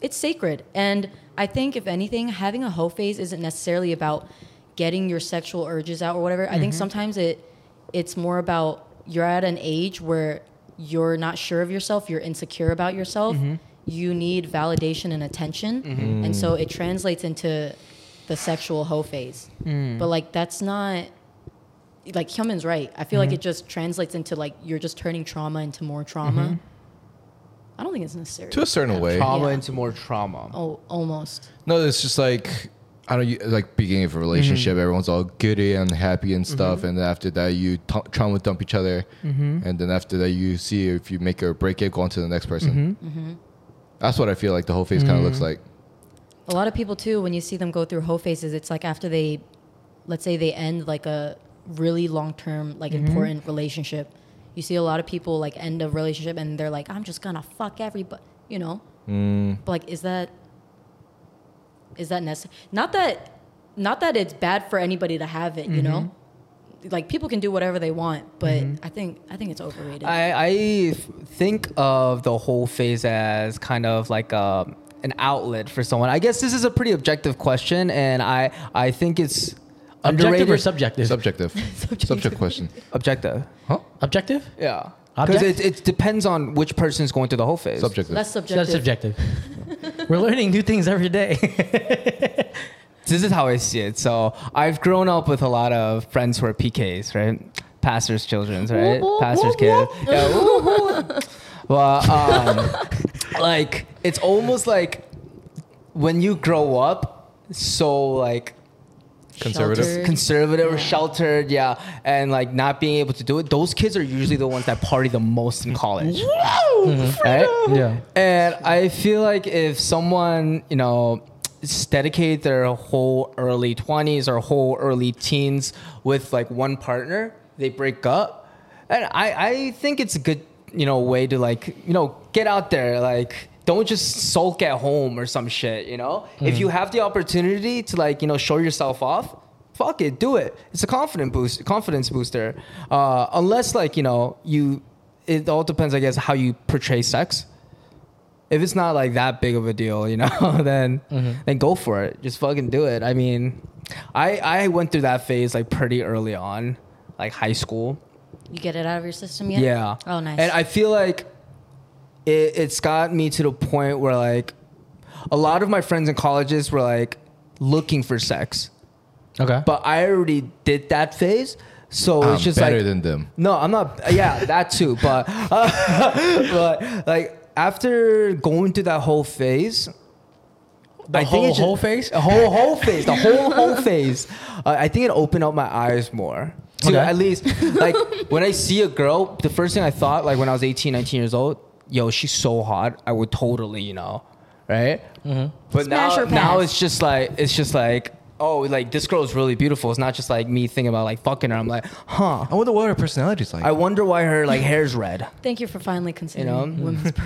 it's sacred. And I think if anything, having a hoe phase isn't necessarily about getting your sexual urges out or whatever. I think sometimes it it's more about you're at an age where you're not sure of yourself, you're insecure about yourself, you need validation and attention. And so it translates into the sexual hoe phase. But like that's not like Hyunmin's right. I feel like it just translates into like you're just turning trauma into more trauma. I don't think it's necessary. To a certain way, trauma Yeah. into more trauma. oh, almost. no, it's just like I don't you- like beginning of a relationship. Everyone's all giddy and happy and stuff, and then after that, you t- trauma dump each other, and then after that, you see if you make it or break it, go on to the next person. That's what I feel like the whole phase kind of looks like. A lot of people too, when you see them go through hoe phases, it's like after they, let's say they end like a really long term, like Mm-hmm. important relationship. You see a lot of people like end a relationship and they're like, I'm just gonna fuck everybody, you know. But like, is that is that necessary? Not that, not that it's bad for anybody to have it, you know. Mm-hmm. Like people can do whatever they want, but I think I think it's overrated. I, I f- think of the whole phase as kind of like um an outlet for someone. I guess this is a pretty objective question, and I I think it's saying? objective underrated or subjective? Subjective. Subject question. Objective, Huh? objective? yeah. Because Object? it, it depends on which person's going through the whole phase. Subjective. That's That's subjective. subjective. We're learning new things every day. this is how I see it. So I've grown up with a lot of friends who are PKs, right? Pastors' children, right? whoop, Pastors' whoop, kids. Yeah, whoop, whoop. well, um, like it's almost like when you grow up, so like Conservative. Sheltered. conservative or Yeah. sheltered, yeah, and like not being able to do it. Those kids are usually the ones that party the most in college. Right? Mm-hmm. Yeah. And I feel like if someone, you know, s- dedicate their whole early 20s or whole early teens with like one partner, they break up. And I, I think it's a good, you know, way to like, you know, get out there. Like, don't just sulk at home or some shit, you know? If Mm-hmm. you have the opportunity to like, you know, show yourself off, fuck it, do it. It's a confident boost, confidence booster. Uh, unless like, you know, you, it all depends, I guess, how you portray sex if it's not like that big of a deal, you know, then Mm-hmm. then go for it. Just fucking do it. I mean, I I went through that phase like pretty early on, like high school. You get it out of your system Yeah. yet? Oh, nice. And I feel like it, it's got me to the point where like a lot of my friends in colleges were like looking for sex, Okay. but I already did that phase, so I'm it's just better like than them. no, I'm not. Yeah, that too. But but like after going through that whole phase, The whole- it's whole phase? a whole whole phase, the whole whole phase. Uh, I think it opened up my eyes more. To Okay. at least like when I see a girl, the first thing I thought like when I was 18, 19 years old, yo, she's so hot. I would totally, you know, right? But Mm-hmm. Smash now, her now pants. it's just like it's just like oh, like this girl is really beautiful. It's not just like me thinking about like fucking her. I'm like, huh. I wonder what her personality is like. I wonder why her like hair's red. Thank you for finally considering know? women's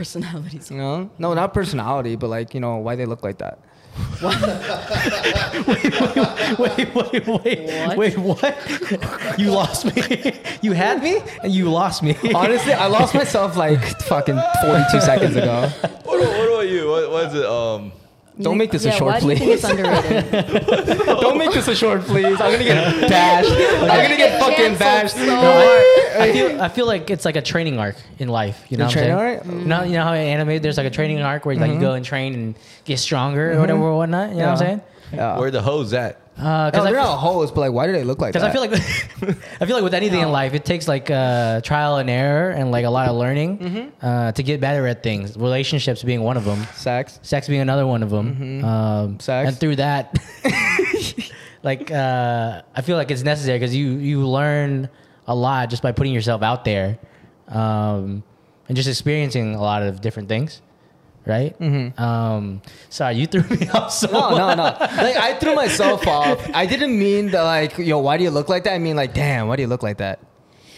personalities. You know? No, not personality, but like you know why they look like that. Wait, wait, wait, What? wait. What? you lost me. you had me, and you lost me. Honestly, I lost myself like fucking 42 seconds ago. what, what about you? What, what is it? Um, Don't make this a Yeah, short, why do you think it's underrated? Don't make this a short, please. I'm gonna get bashed. I'm gonna get fucking Canceled bashed. so I feel, I feel like it's like a training arc in life. You know, The what I'm saying? training arc? Mm-hmm. You know, you know how in anime there's like a training arc where like you go and train and get stronger or whatever or whatnot. You know what I'm Yeah. saying? Yeah. where the hoes at? Because No, I they're feel- not hoes, but like, why do they look like that? Because I feel like I feel like with anything in life, it takes like uh, trial and error and like a lot of learning Mm-hmm. uh, to get better at things. Relationships being one of them, sex. sex being another one of them. Um, Mm-hmm. Sex. and through that, like uh, I feel like it's necessary because you you learn a lot just by putting yourself out there um, and just experiencing a lot of different things. Right. Um, sorry, you threw me off. So Mm-hmm. No, no, much. no. Like I threw myself off. I didn't mean that. Like, yo, why do you look like that? I mean, like, damn, why do you look like that?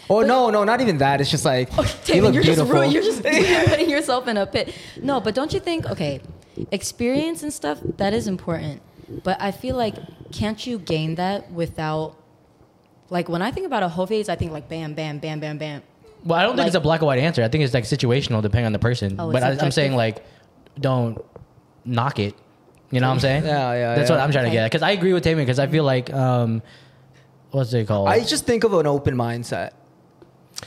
Oh no, no, not even that. It's just like Oh, you Damon, look you're beautiful. just ruined. You're just putting yourself in a pit. No, but don't you think? Okay, experience and stuff that is important, but I feel like can't you gain that without? Like when I think about a whole phase, I think like bam, bam, bam, bam, bam. Well, I don't think Like- it's a black or white answer. I think it's like situational, depending on the person. Oh, it's but I, I'm subjective. saying like, don't knock it. You know what I'm saying? Yeah, yeah, That's what yeah. I'm trying to Okay. get. at. Because I agree with Taman. Because I feel like, um, what's it called? I just think of an open mindset.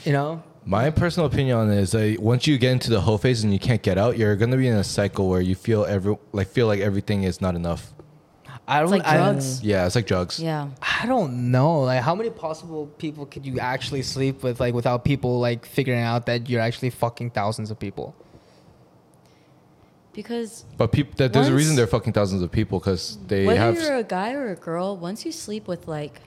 You know, My personal opinion on it is that once you get into the whole phase and you can't get out, you're gonna be in a cycle where you feel every like feel like everything is not enough. I don't. like I- drugs. Yeah, it's like drugs. Yeah. I don't know. Like, how many possible people could you actually sleep with, like, without people like figuring out that you're actually fucking thousands of people? Because But people, that, there's a reason Once- they're fucking thousands of people because they whether have. you're a guy or a girl, once you sleep with like,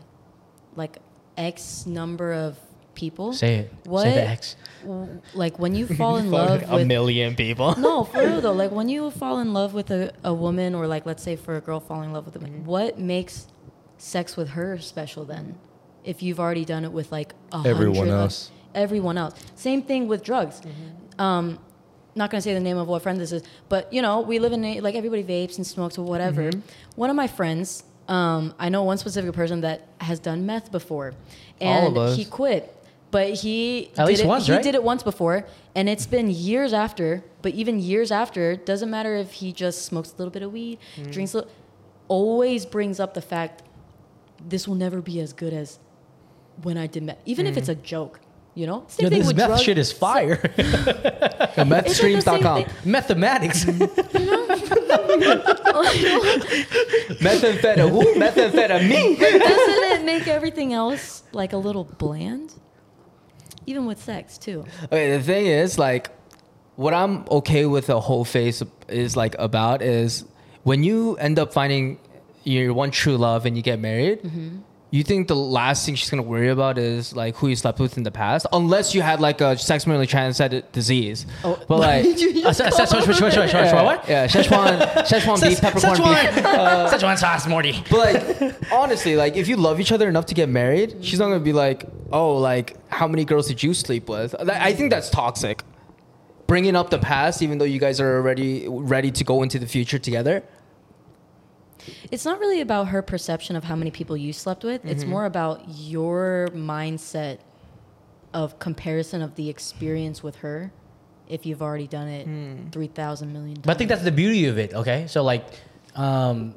like X number of people, say it. What? Say the X. w- Like when you fall in love Fuck, a with million people. no, for real though. Like when you fall in love with a, a woman, or like let's say for a girl falling in love with a man, what makes sex with her special then? If you've already done it with like a hundred Everyone of- else. everyone else. Same thing with drugs. Um, not gonna say the name of what friend this is, but you know we live in a, like everybody vapes and smokes or whatever. One of my friends, um, I know one specific person that has done meth before, All and of us. he quit. But he did At least it- once, he right? did it once before, and it's been years after. But even years after, doesn't matter if he just smokes a little bit of weed, Mm. drinks a little, always brings up the fact this will never be as good as when I did meth. Even if it's a joke, you know. Same Yo, thing Mm. this with meth drug- shit is fire. Isn't it the same Methstreams.com. thing? Mathematics. Methamphetamine. Who? Methamphetamine. Doesn't it make everything else like a little bland? Even with sex too. Okay, the thing is, like, what I'm okay with the whole face is like about is when you end up finding your one true love and you get married. You think the last thing she's gonna worry about is like who you slept with in the past, unless you had like a sexually transmitted disease. Oh, but like, Uh, se- se- se- se- se- se- se- se- what? Yeah, Szechuan, Szechuan beef, peppercorn beef. Szechuan Szechuan sauce, Morty. But like, honestly, like if you love each other enough to get married, she's not gonna be like, oh, like how many girls did you sleep with? Like, I think that's toxic. Bringing up the past, even though you guys are already ready to go into the future together. It's not really about her perception of how many people you slept with. It's Mm-hmm. more about your mindset of comparison of the experience with her if you've already done it 3,000 million times. Hmm. But I think that's the beauty of it. Okay, so like, um,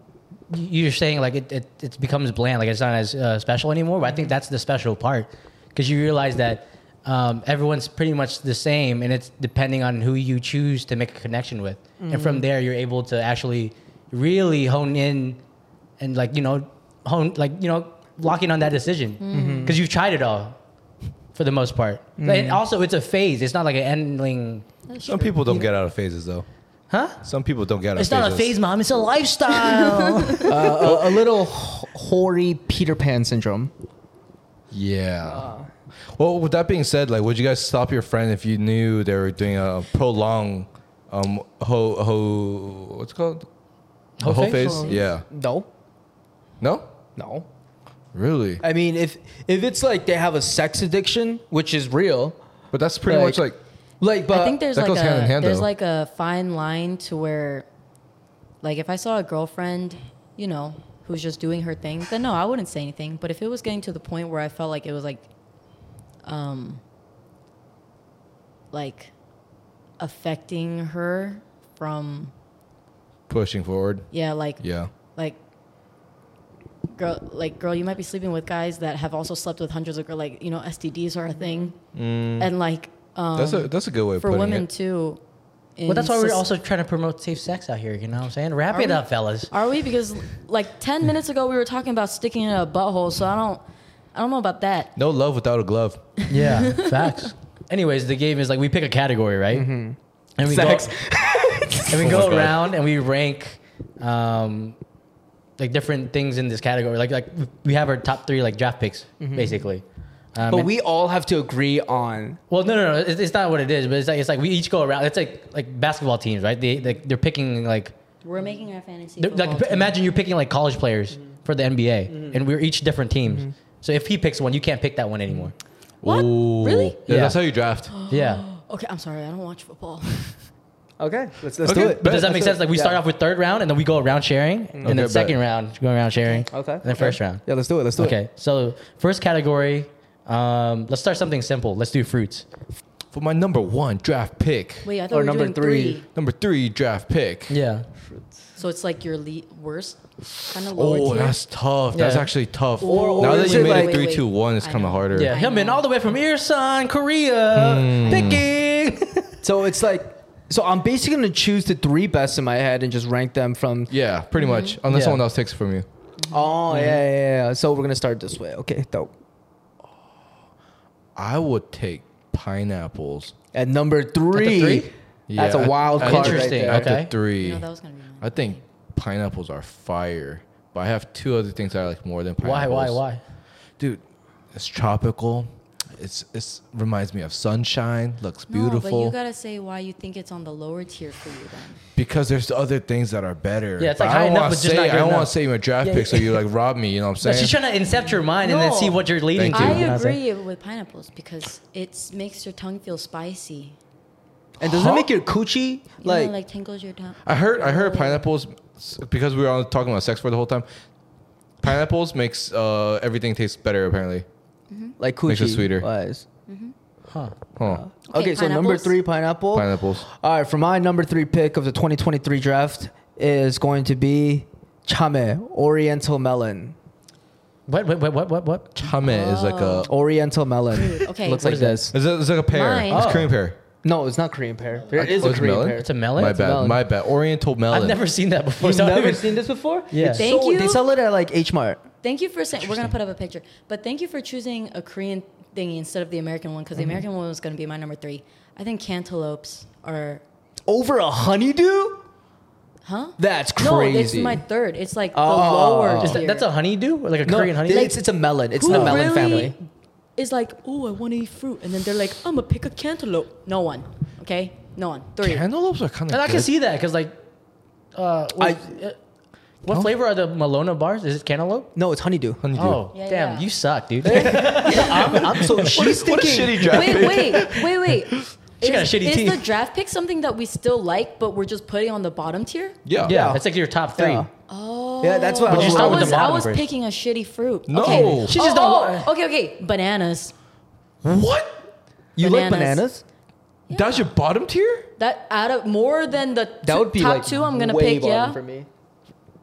y- you're saying like it, it, it becomes bland, like it's not as uh, special anymore. But I think that's the special part because you realize that um, everyone's pretty much the same, and it's depending on who you choose to make a connection with, and from there you're able to actually really hone in and like you know hone like you know lock in on that decision because you've tried it all. For the most part, and also it's a phase. It's not like an ending, Some people don't get out of phases though. huh? Some people don't get out It's of not phases. a phase, mom. It's a lifestyle. Uh, a, a little h- hoary Peter Pan syndrome. Yeah. Oh. well, with that being said, like, would you guys stop your friend if you knew they were doing a prolonged, um, ho ho, what's it called? A Whole whole phase? Yeah. No. No, No. really. I mean, if if it's like they have a sex addiction, which is real, But that's pretty Like- much like like but I think there's that like a goes hand in hand, there's though. like a fine line to where, like, if I saw a girlfriend, you know, who's just doing her thing, then no, I wouldn't say anything. But if it was getting to the point where I felt like it was like, um, like, affecting her from pushing forward. yeah, like Yeah. like girl like girl you might be sleeping with guys that have also slept with hundreds of girl like you know STDs are a thing and like um, That's a that's a good way of for Mm. putting women it. too in Well, that's why we're soc- also trying to promote safe sex out here. You know what I'm saying? Wrap Are it we? up, fellas. are we because like 10 minutes ago we were talking about sticking it in a butthole so I don't I don't know about that No love without a glove. Yeah, facts. Anyways, the game is like we pick a category, right? Mm-hmm. And we sex. go and we Oh my go God. around and we rank um, like different things in this category. Like like we have our top three like draft picks basically. Um, but and- we all have to agree on well no no no it's, it's not what it is but it's like it's like we each go around. It's like like basketball teams right? They, they they're picking like we're making our fantasy They're- like p- imagine you're picking like college players for the NBA, and we're each different teams. So if he picks one, you can't pick that one anymore. What? Really? Yeah, Yeah. that's how you draft. Yeah. okay I'm sorry I don't watch football Okay, let's let's Okay, do it. But does that Let's make do it. sense? Like we Yeah. start off with third round, and then we go around sharing, and Okay, then bet. second round go around sharing, Okay. and then okay. first round. Yeah, let's do it. Let's do it. Okay. So first category, um, let's start something simple. Let's do fruits. For my number one draft pick. wait I thought Or we were number doing three. Number three draft pick. Yeah. so it's like your le- worst kind of lower Oh, tier that's tough. That's Yeah. actually tough. Or- or now that is you it made like- it three, two, one, it's I kind know. of harder. Yeah. I Him and know. all the way from Irsan, Korea, picking. So it's like, so I'm basically gonna choose the three best in my head and just rank them from. Yeah, pretty much. Unless Yeah. someone else takes it from you. Oh yeah, yeah, yeah. So we're gonna start this way. Okay, dope. I would take pineapples. At number three, three? that's Yeah, a wild at- card. Interesting. Right At there. Okay. the three, you know that was gonna be mine. I think pineapples are fire. But I have two other things I like more than why? pineapples. Why? Why? Dude, it's tropical. It's it's reminds me of sunshine. Looks No, but beautiful. you gotta say why you think it's on the lower tier for you then. because there's other things that are better. Yeah, it's But like I high don't enough, wanna but just say, not I good don't want enough. to say my draft Yeah, pick, so you like rob me. You know what I'm No, saying? she's trying to incept your mind and then No. see what you're leading Thank to. you. you know what I I'm saying? agree with pineapples because it makes your tongue feel spicy. And doesn't Huh? it make your coochie You like? know, like tingles your tongue. I heard I heard pineapples because we were all talking about sex for the whole time. Pineapples makes uh, everything taste better apparently. like coochie. Makes it sweeter. wise. Huh. Huh. Okay, Okay, so number pineapples. three, Oh. pineapple. Pineapples. All right, for my number three pick of the 2023 draft is going to be chame, Oriental melon. What? What? What? What? What? what? Chame is like a Oh. oh, Oriental melon. Dude, okay. Looks What like is that? this. it's, a, it's like a pear. Mine- It's Oh. cream pear. No, it's not Korean pear. There I- is oh, a it's Korean melon? pear. It's a melon. my It's a bad. melon. My bad. Oriental melon. I've never seen that before. You've so I don't never even- seen this before? Yeah. It's Thank so- They you. sell it at like H Mart. Thank you for saying we're gonna put up a picture, but thank you for choosing a Korean thingy instead of the American one because Mm-hmm. the American one was gonna be my number three. I think cantaloupes are, Over a honeydew? huh? That's No, it's crazy. my third. It's like the Oh. lower Is tier. that, that's a honeydew, Or like a No, Korean honeydew. it's, it's a melon. It's in the Who melon really family. Is like, oh, I want to eat fruit, and then they're like, I'm gonna pick a cantaloupe. No one, okay, no one. Three. Cantaloupes are kind of. and I can see that because like, uh, what, I- uh, what No. flavor are the Malona bars? Is it cantaloupe? No, it's honeydew. Honeydew. Oh Yeah, damn, yeah. you suck, dude. she I'm, I'm so she's What a thinking. shitty draft wait, pick. wait, wait, wait. She is, got a shitty is team. the draft pick something that we still like, but we're just putting on the bottom tier? Yeah. yeah, it's like your top three. Yeah. Oh, Yeah, that's what I But you was start I with the was, I bottom was first. picking a shitty fruit. No. okay. She just don't Oh, want- Okay, okay, bananas. What? You like bananas? Bananas. That's your bottom tier? That out of more than the That two- would be top like two. I'm gonna way pick. bottom Yeah. For me.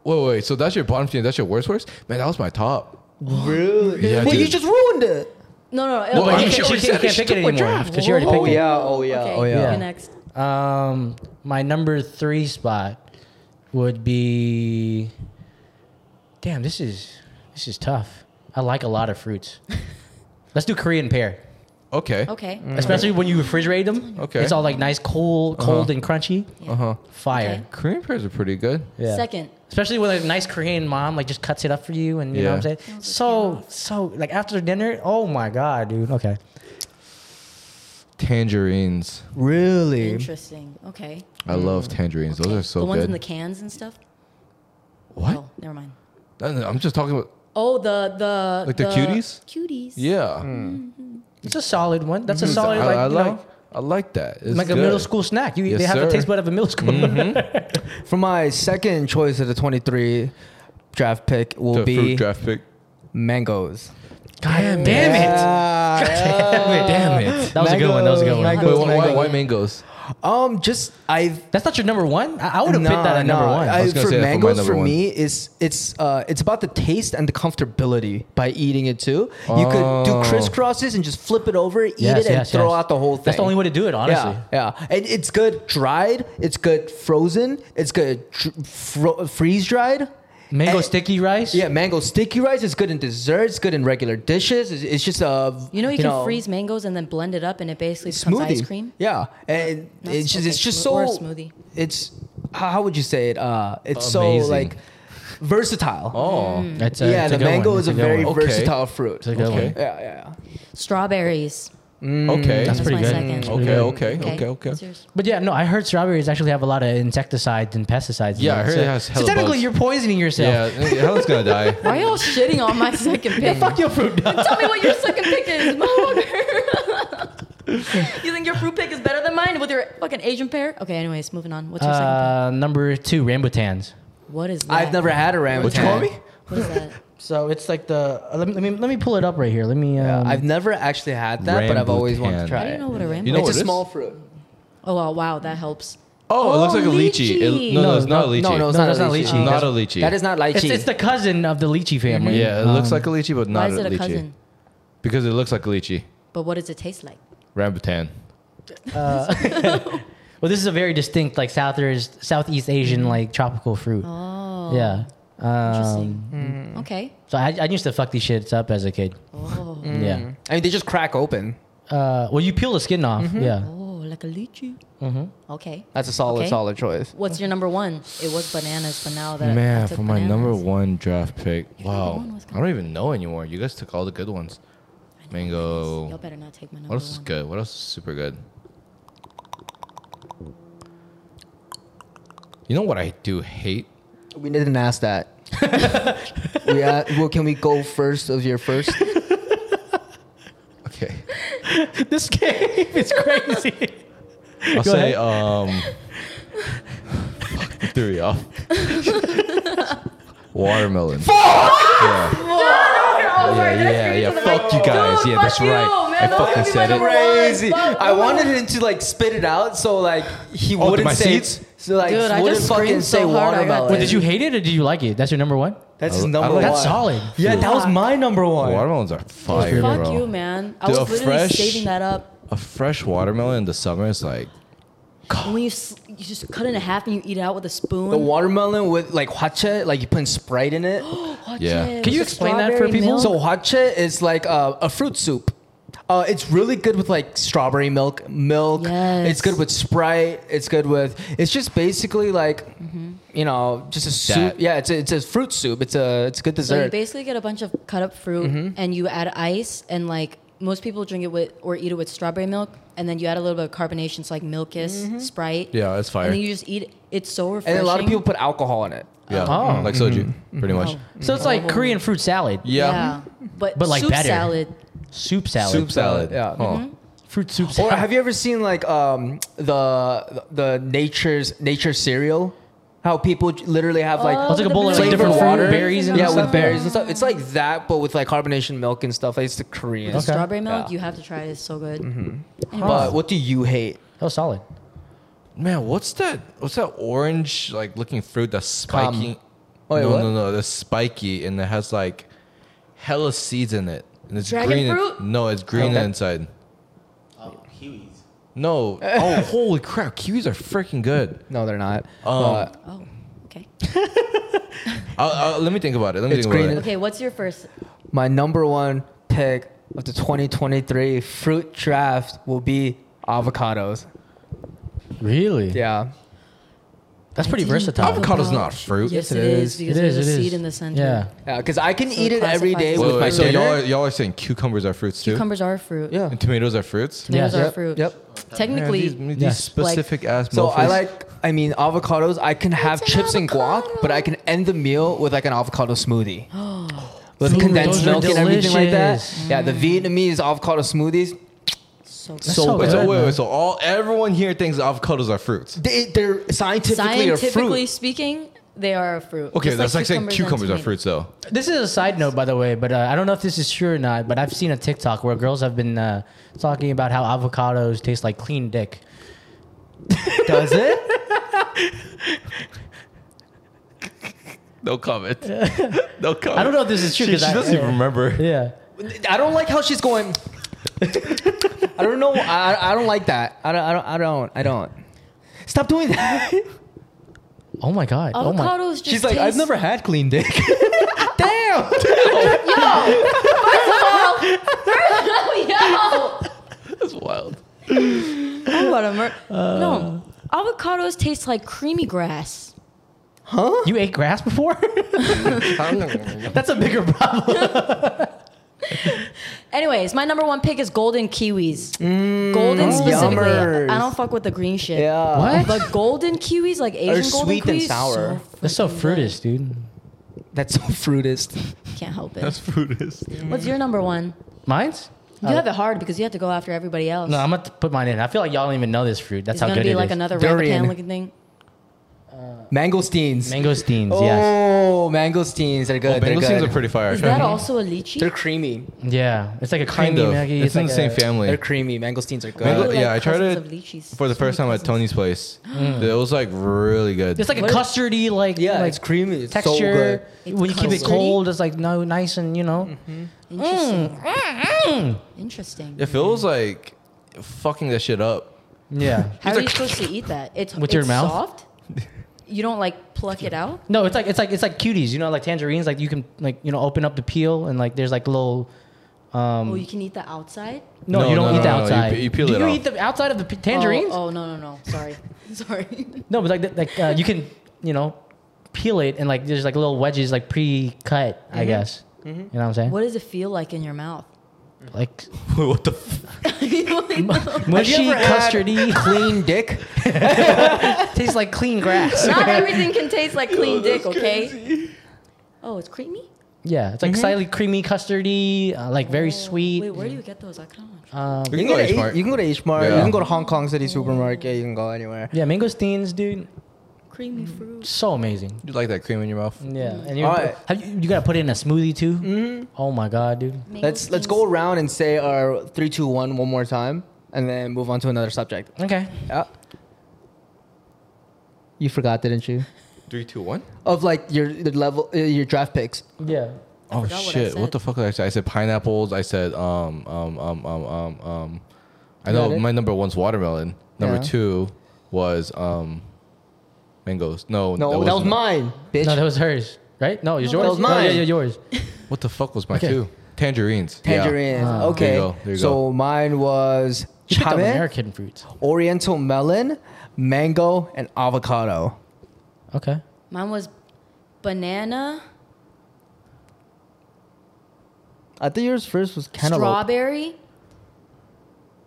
Wait, wait. So that's your bottom tier. That's your worst worst. Man, that was my top. Really? Yeah, well, you dude. just ruined it. No, no. Well, okay. But I'm you sure can't, she she said can't, you can't she pick it took my anymore draft. because she already Oh picked yeah. Oh yeah. Okay, Oh yeah. you're Yeah. next. it. Um, my number three spot would be. Damn, this is this is tough. I like a lot of fruits. Let's do Korean pear. Okay. Okay. Mm. especially when you refrigerate them. Okay. it's all like nice, cold, cold Uh-huh. and crunchy. Yeah. Uh huh. Fire. Okay. Korean pears are pretty good. Yeah. Second. Especially when a nice Korean mom like just cuts it up for you, and you know Yeah. what I'm saying. Smells So like so like after dinner, oh my god, dude. Okay. Tangerines. Really? Interesting. Okay. I love tangerines. Those are so the ones good. in the cans and stuff. what? Oh, never mind. No, no, I'm just talking about. Oh, the the Like the cuties? Cuties. Yeah, Hmm. It's a solid one. That's a solid, Mm, I, like, I you like. know, I like that. It's like a good. middle school snack. You, Yes, they have sir. a taste bud of a middle school. For my second choice of the 23 draft pick will The be fruit draft pick. mangoes. Damn, it. Yeah. Damn it. That was a good one. That was a good one. Mangoes, Wait, why, why, mangoes. why mangoes? Um, just I That's not your number one. I, I would have picked that at number one. I was gonna for say that for my mangoes, number for one. me, is it's uh, it's about the taste and the comfortability by eating it too. You could Oh. do crisscrosses and just flip it over, eat Yes, it, and yes, throw yes. out the whole thing. That's the only way to do it, honestly. Yeah, yeah. And it's good dried. It's good frozen. It's good tr- fro- freeze dried. Mango And- sticky rice. Yeah, mango sticky rice is good in desserts, good in regular dishes. It's, it's just a You know you, can freeze mangoes and then blend it up and it basically becomes smoothie. ice cream. Yeah, and Not it's just okay, it's just smo- or so a smoothie. It's how, how would you say it? Uh, it's so Amazing. like versatile. Oh, That's a, yeah, it's the a good one. mango is It's a good very one. Okay. versatile fruit. It's a good Okay. one. Yeah, yeah, Strawberries. okay. That's That's pretty my good. second. Mm, okay, okay, okay, okay, What's yours? But yeah, no, I heard strawberries actually have a lot of insecticides and pesticides. in Yeah, I them, heard so- it has So hella technically, bugs. you're poisoning yourself. Yeah, Helen's gonna die. Why are y'all shitting on my second pick? Fuck your fruit. Tell me what your second pick is, motherfucker. you think your fruit pick is better than mine with your fucking Asian pear? Okay, anyways, moving on. What's your second Uh, number two, rambutans. pick? What is that? I've never had a rambutan. What you call me? What is that? So it's like the uh, let me let me let me pull it up right here. Let me. Yeah, Um, I've never actually had that, but I've always wanted to Rambutan. try I it. don't know what a ramble. You know it's what a it is? small fruit. oh wow, wow, that helps. Oh, it looks like a Oh, lychee. lychee. It, no, No, no, it's not no, a lychee. No, no, it's No, not, that's a not lychee. lychee. That's- Not a lychee. That is not lychee. it's, it's the cousin of the lychee family. Yeah, it looks like a lychee, but Why not is a it a lychee. cousin? Because it looks like a lychee. But what does it taste like? Rambutan. Um, Well, this is a very distinct like Southers, Southeast Mm-hmm. Asian like tropical fruit. Oh, Yeah. Um, Interesting. Okay. so I, I used to fuck these shits up as a kid. Oh, Mm. Yeah. Mm-hmm. I mean, they just crack open. Uh, well, you peel the skin off. Mm-hmm. Yeah. oh, like a lychee. Mm-hmm. Okay. That's a solid, Okay. solid choice. What's your number one? It was bananas, but now that I Man, took for my number bananas- one draft pick. Wow. one was I don't even know anymore. You guys took all the good ones. Mango. Y'all better not take my number What else is one. good? What else is super good? You know what I do hate? We didn't ask that. we a well, can we go first of your first? Okay. this game is crazy. I'll Go say ahead. um fuck, you threw me off. Watermelon. Fuck! Yeah, yeah, yeah, yeah. Fuck you guys. yeah, that's right. I fucking said it. Crazy. I wanted him to like spit it out, so like he Oh, wouldn't my say. seeds? So like Dude, I wouldn't just fucking screamed so say hard, I got watermelon. Wait, did you hate it or did you like it? That's your number one. That's I his li- number I like- one. That's solid. Yeah, that was my number one. Watermelons are fire, Fuck bro. you, man. I Dude, was a literally fresh- saving that up. A fresh watermelon in the summer is like And when you s- you just cut it in half and you eat it out with a spoon. The watermelon with like huache, like you putting Sprite in it. Watch Yeah. it. Can you It's a explain that for strawberry people? milk. So huache is like uh, a fruit soup. Uh, it's really good with like strawberry milk, milk. Yes. It's good with Sprite. It's good with. It's just basically like, Mm-hmm. you know, just a soup. That. Yeah, it's a, it's a fruit soup. It's a it's a good So you dessert. basically get a bunch of cut up fruit and you add ice and like most people drink it with or eat it with strawberry milk and then you add a little bit of carbonation, so like Milkis, Sprite. Yeah, that's fire. And then you just eat it. It's so refreshing. and a lot of people put alcohol in it. yeah, Oh. like soju, pretty much. Oh. So it's like Oh. Korean fruit salad, Yeah. But, But, like, soup better. salad. soup salad, Soup salad. Yeah. Oh. fruit soup Or salad. have you ever seen like um the the nature's nature cereal? How people j- literally have like Oh, It's like a with bowl the of like flavored different water. fruit, berries and yeah, stuff. with berries and stuff. It's like that, but with like carbonation milk and stuff. Like it's the Korean. The Okay. strawberry milk, Yeah. you have to try it. It's so good. Anyways, But what do you hate? That was solid. Man, what's that? What's that orange like looking fruit that's Cum. spiky? Wait, no, what? no, no, that's spiky and it has like hella seeds in it, and it's Dragon green. fruit? no, it's green Okay. inside. Oh, kiwis. No. Oh, holy crap! Kiwis are freaking good. No, they're not. Um, But Oh, okay. I'll, I'll, let me think about it. Let me It's think green. about it. Okay, what's your first? my number one pick of the 2023 fruit draft will be avocados. Really? Yeah. That's pretty I didn't versatile. think Avocado's about- not fruit. Yes, Yes, it it is is. because It there's is, a it seed is. in the center. Yeah. Yeah, because I can So eat it every classified day fruit. Wait, with wait, my so y'all are, dinner. y'all are saying cucumbers are fruits too, Cucumbers are fruit. Yeah. and tomatoes are fruits. Yeah. Tomatoes are Yep, fruit. Yep. Technically, Man, these, these Yes. specific ass. So I mofos. like I mean, avocados. I can have an chips and guac, avocado. but I can end the meal with like an avocado smoothie. With Ooh, condensed those are milk and everything like that. delicious. Yeah, the Vietnamese avocado smoothies. So good. So Wait, so, good, wait, man. wait, so all everyone here thinks avocados are fruits. They, they're scientifically, a Scientifically fruit. speaking, they are a fruit. Okay, Just that's like, saying and cucumbers are tomatoes. fruits, though. This is a side note, by the way, but uh, I don't know if this is true or not. But I've seen a TikTok where girls have been uh, talking about how avocados taste like clean dick. Does it? No comment. no comment. I don't know if this is true She, 'cause she I- doesn't even yeah. remember. Yeah, I don't like how she's going. I don't know. I, I don't like that. I don't. I don't. I don't. I don't. Stop doing that. Oh my god. oh my. Avocados just She's like, I've taste- never had clean dick. Damn. Oh, yo! That's wild. Oh, what a mer- No. Avocados taste like creamy grass. Huh? You ate grass before? That's a bigger problem. Anyways, my number one pick is golden kiwis. golden specifically. yummers. I don't fuck with the green shit. Yeah. What? But golden kiwis, like Asian golden sweet and kiwis, sour. so That's so freaking fruitist, dude. That's so fruitist. good. Can't help That's it. fruitist. What's your number one? Mine's? You have it hard because you have to go after everybody else. No, I'm gonna put mine in. I feel like y'all don't even know this fruit. That's it's how gonna good be it is. like another Durian. rambutan looking thing. Mangosteens. Mangosteens, yes. Oh, mangosteens. They're good. Oh, they're mango seeds good. are pretty fire. Is that actually. also a lychee? they're creamy. Yeah, it's like a Kind creamy of. Maggie. It's, in like the same a- They're family. creamy. Mangosteens are good. Mango- Mango- yeah, I like tried cousins it of lychees. for the So first many time at cousins. Tony's place. It was like really good. Mm. It's like a What? custardy, like yeah, like it's creamy. It's so good. texture. good. when you keep it Custardy? cold, it's like no nice and you know. Mm-hmm. Interesting. Interesting. If it was like fucking that shit up, Yeah. How are you supposed to eat that? It's With your it's mouth? soft. You don't like pluck it out. No, it's like it's like it's like cuties, you know, like tangerines. Like you can like you know open up the peel and like there's like little. Um, Oh, you can eat the outside. Oh, no, No, you don't no, eat the no, no, you outside. pe- you peel Do it you off. eat the outside of the p- tangerines? Oh, oh, no no no. Sorry sorry. No, but like the- like uh, you can you know peel it and like there's like little wedges like pre-cut, I guess. You know what I'm saying? What does it feel like in your mouth? Like what the? F- Have mushy, you ever had custardy, clean dick. tastes like clean grass. Not everything can taste like clean dick, okay? Oh, it's creamy. Yeah, it's like slightly creamy, custardy, uh, like very sweet. Oh, Wait, where do you get those? I kind of want to try. Um, You can, go go to H-Mart. H- you can go to H Mart. You Yeah. can go to Hong Kong City Supermarket. You can go anywhere. yeah, mangosteens, dude, creamy fruit. so amazing. you like that cream in your mouth? Yeah, and you, Alright. have you, you gotta put it in a smoothie too. Oh my god, dude. Let's let's go Mango around and say our three, two, one, one more time, and then move on to another subject. Okay. Yeah. You forgot, didn't you? Three, two, one. Of like your the level, uh, your draft picks. Yeah. Oh forgot what I shit! What, said. the fuck did I say? I said pineapples. I said um um um um um um. I Is know that it? my number one's watermelon. Number Yeah. two was um mangoes. No, No, that was, wasn't- mine, bitch. No, that was hers, right? No, yours. No, that was No, yeah, mine. yeah, yours. What the fuck was my Okay. two? Tangerines. Yeah. Tangerines. Ah. okay. There you go, there you so go. mine was You picked up chame, American fruits. oriental melon, mango, and avocado. Okay. Mine was banana, I think yours first was cantaloupe. strawberry.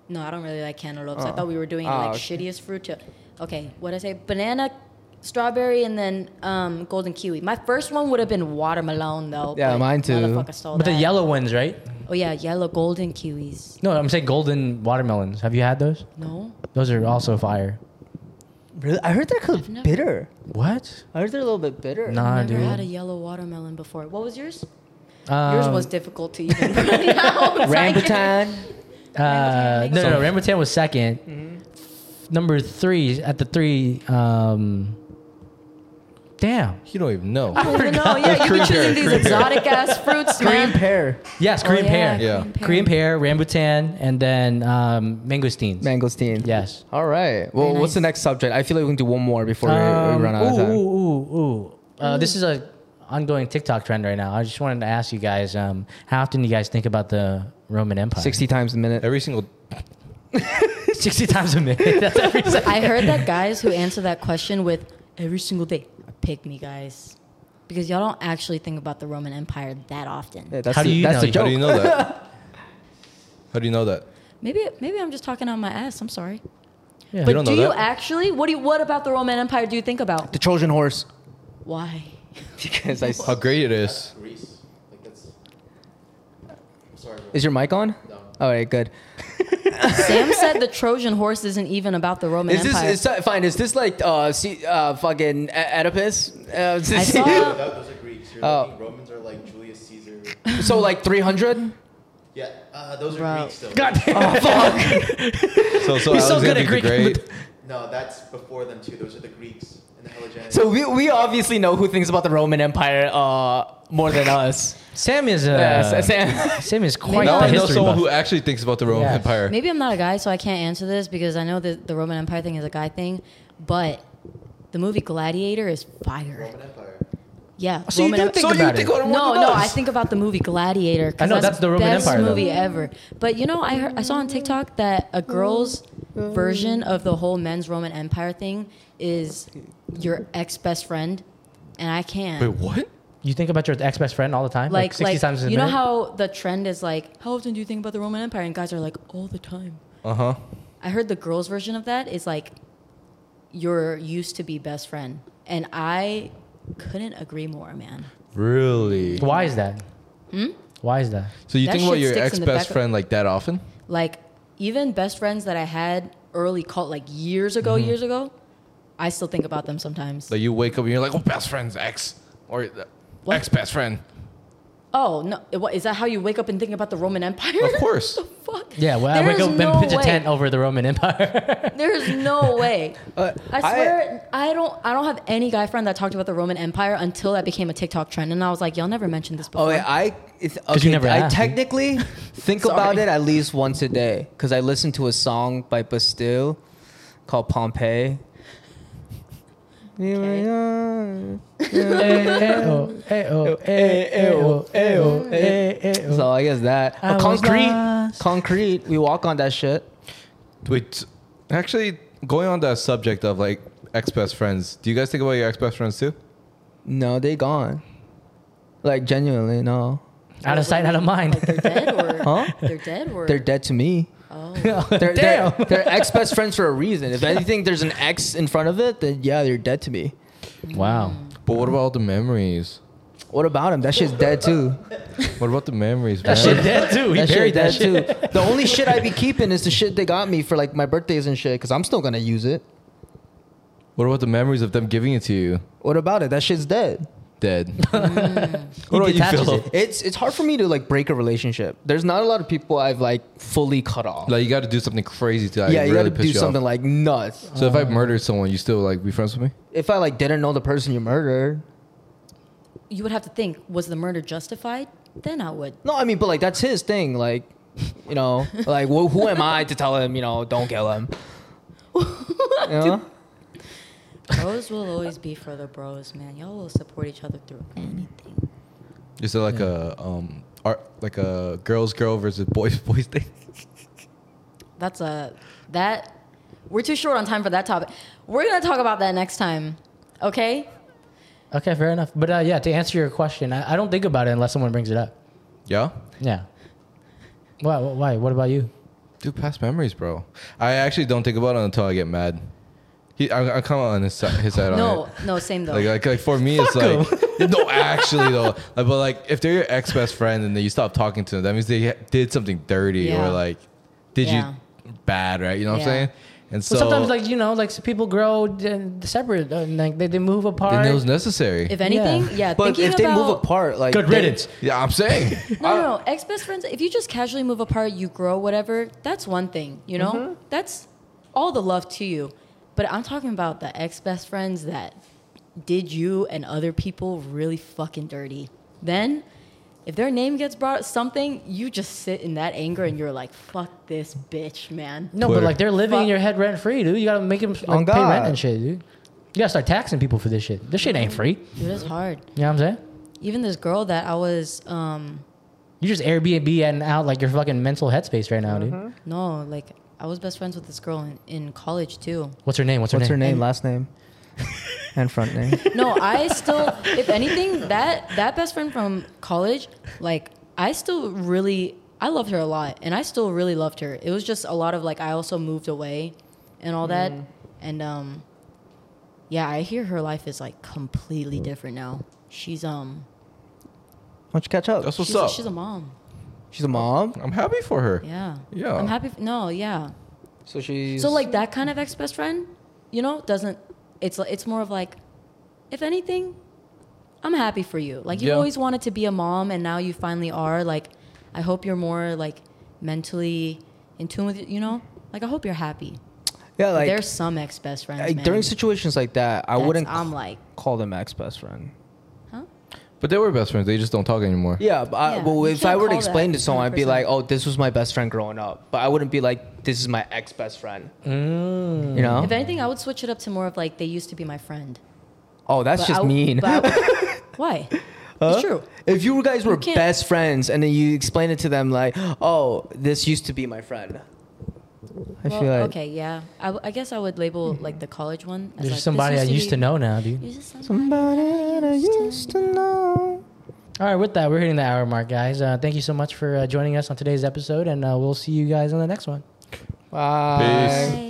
No, I don't really like cantaloupes. I thought we were doing Ah, like okay. shittiest fruit. To, okay, what did I say? Banana, strawberry, and then um, golden kiwi. My first one would have been watermelon though. Yeah, but mine too. Motherfucker stole But the that. yellow ones, right? Oh yeah, yellow golden kiwis. No, I'm saying golden watermelons. Have you had those? No, Those are also fire. Really? I heard they're kind I've of never- bitter. What? I heard they're a little bit bitter. Nah, never dude. had a yellow watermelon before. What was yours? Um, yours was difficult to even pronounce. Rambutan. Uh, Rambutan. no, no, no, Rambutan was 2nd Mm-hmm. Number three at the three. Um, damn. You don't even know. I don't know. Yeah, you've been Cream choosing pear, these cream pear. exotic ass fruits, Green man. Oh, pear. Yes, Korean pear. Yeah. Korean pear, rambutan, and then um, mangosteens. Mangosteen. Yes. All right. Well, Very what's the nice. next subject? I feel like we can do one more before we- Um, we run out of ooh, time. ooh, ooh, ooh. Uh, Mm. This is a ongoing TikTok trend right now. I just wanted to ask you guys, um, how often do you guys think about the Roman Empire? 60 times a minute. Every single. 60 times a minute. That's every second. I heard that guys who answer that question with every single day are pick me guys. Because y'all don't actually think about the Roman Empire that often. Yeah, that's How the, do you that's know? the How do you joke. know that? How do you know that? Maybe maybe I'm just talking on my ass. I'm sorry. Yeah. But don't do know you that? actually? What do you, What about the Roman Empire? Do you think about The Trojan horse. why? Because I. How great it is. Greece. Like that's. Sorry. Is your mic on? No. All right, good. Sam said the Trojan horse isn't even about the Roman Is this Empire. is, that- fine? Is this like uh, see, uh fucking E- Oedipus? Uh, I saw. That was a Greeks. You're Oh. looking- Romans are like Julius Caesar. so like three hundred. Yeah, uh, those are Bro. Greeks though. God damn. So, so He's so Alexander good at the Greek. Great. No, that's before them too. Those are the Greeks and the Hellenic. So we, we obviously know who thinks about the Roman Empire uh more than us. Sam is uh, Yeah, Sam. Sam. is quite Now Now the I know history someone buff. who actually thinks about the Roman Yeah. Empire. Maybe I'm not a guy, so I can't answer this because I know that the Roman Empire thing is a guy thing, but the movie Gladiator is fire. Roman Empire. Yeah. So you Roman do Em- think about it. about no, one no, of I us. think about the movie Gladiator. 'cause I know, that's the Roman best Empire, though. movie ever. But you know, I heard, I saw on TikTok that a girl's Mm. version of the whole men's Roman Empire thing is your ex best friend, and I can't. Wait, what? you think about your ex best friend all the time, like, like, sixty like, times. in a you know minute? how the trend is like, how often do you think about the Roman Empire? And guys are like, all the time. Uh huh. I heard the girls' version of that is like your used to be best friend. And I couldn't agree more, man. Really? Why is that? Hmm? Why is that? So you That think about shit your sticks ex in the back best of- friend like that often? Like, even best friends that I had early cult, like years ago, Mm-hmm. years ago, I still think about them sometimes. Like you wake up and you're like, oh, best friend's ex. Or uh, What? ex best friend. oh, no. What, is that how you wake up and think about the Roman Empire? Of course. the fuck? Yeah, well, I There wake is up no and pitch way. a tent over the Roman Empire. There's no way. Uh, I swear, I, don't. I don't have any guy friend that talked about the Roman Empire until that became a TikTok trend, and I was like, y'all never mentioned this Oh, before. wait, I it's, 'Cause you okay, never I asked. technically think Sorry. about it at least once a day because I listen to a song by Bastille called Pompeii. Eh, oh, Ayo, ayo, ayo, eh, ayo, ayo. oh. So I guess that I Uh, was concrete, lost. concrete. We walk on that shit. Wait, actually, going on that subject of like ex best friends, do you guys think about your ex best friends too? No, they gone. Like genuinely, no. Out of sight, out of like mind. they're dead, or Huh? they're dead, or They're dead to me. Oh, They're, Damn. They're, they're ex best friends for a reason. If anything, there's an X in front of it, then yeah, they're dead to me. Wow. But what about all the memories? What about him? That shit's dead too. What about the memories, man? That shit dead too. He that shit, buried that that shit. too. The only shit I be keeping is the shit they got me for like my birthdays and shit, cause I'm still gonna use it. What about the memories of them giving it to you? What about it? That shit's dead. Dead. He What about you, detaches Phil? it. It's it's hard for me to like break a relationship. There's not a lot of people I've like fully cut off. like you got to do something crazy to like, yeah, you really gotta do piss you off. something like Oh. nuts. So if I murdered someone, you still like be friends with me? If I like didn't know the person you murdered, you would have to think: was the murder justified? Then I would. no, I mean, but like that's his thing. Like, you know, like wh- who am I to tell him? You know, don't kill him. You know? Bros will always be for the bros, man. Y'all will support each other through anything. Is it like a um art like a girls girl versus boys boys thing? That's a that. We're too short on time for that topic. We're gonna talk about that next time, okay? Okay, fair enough. But uh, yeah, to answer your question, I, I don't think about it unless someone brings it up. Yeah. Yeah. Why? Why? What about you? Dude, past memories, bro. I actually don't think about it until I get mad. He, I, I come on his side, his side on it. No, no, same though. Like, like, like for me, it's like no, actually though. Like, but like, if they're your ex best friend and then you stop talking to them, that means they ha- did something dirty Yeah. or like did Yeah. you bad, right? You know what Yeah. I'm saying? And so Well, sometimes like you know, like so people grow and separate, uh, and like they, they move apart. then it was necessary. if anything, Yeah. yeah. But thinking if they about, move apart, like Good they- riddance. yeah, I'm saying. No, no, no. Ex best friends, if you just casually move apart, you grow, whatever, that's one thing, you know? That's all the love to you. But I'm talking about the ex best friends that did you and other people really fucking dirty. Then, if their name gets brought something, you just sit in that anger and you're like, fuck this bitch, man. No, but Twitter. like they're living in Fuck. your head rent free, dude. You gotta make them On like, pay God. rent and shit, dude. You gotta start taxing people for this shit. This shit ain't free. Dude, it's hard. You know what I'm saying? Even this girl that I was, um, You just Airbnb and out like your fucking mental headspace right now, dude. no, like, I was best friends with this girl in, in college too. What's her name? What's her What's her name? name? Last name and front name. No, I still, if anything, that that best friend from college, like I still really, I loved her a lot, and I still really loved her. It was just a lot of like I also moved away, and all that. Mm. And um, yeah, I hear her life is like completely different now. She's um, Why don't you catch up? That's what's she's, up. she's a mom. She's a mom, I'm happy for her. Yeah. Yeah. I'm happy. F- no, yeah. so she's So like that kind of ex best friend, you know, doesn't. It's li- it's more of like, if anything, I'm happy for you. Like you Yeah. always wanted to be a mom, and now you finally are. Like, I hope you're more like mentally in tune with you know. Like I hope you're happy. yeah, But like, There's some ex best friends. like, man, during situations like that, I that's- wouldn't I'm like, call them ex best friend. huh? But they were best friends. They just don't talk anymore. Yeah, but I, Yeah, well, you if I can't were to call explain that to someone, I'd be 100%. like, "Oh, this was my best friend growing up," but I wouldn't be like, "This is my ex best friend." Mm. You know? If anything, I would switch it up to more of like they used to be my friend. oh, that's But just I w- mean. but I w- why? Huh? It's true. If you guys were can't- best friends and then you explain it to them like, "Oh, this used to be my friend," I well, feel like okay, yeah. I, w- I guess I would label like the college one. As, There's like, this somebody I used be- to know now, dude. You're just somebody. somebody that I used to know. All right, with that, we're hitting the hour mark, guys. Uh, thank you so much for uh, joining us on today's episode, and uh, we'll see you guys on the next one. Bye. Peace. Bye.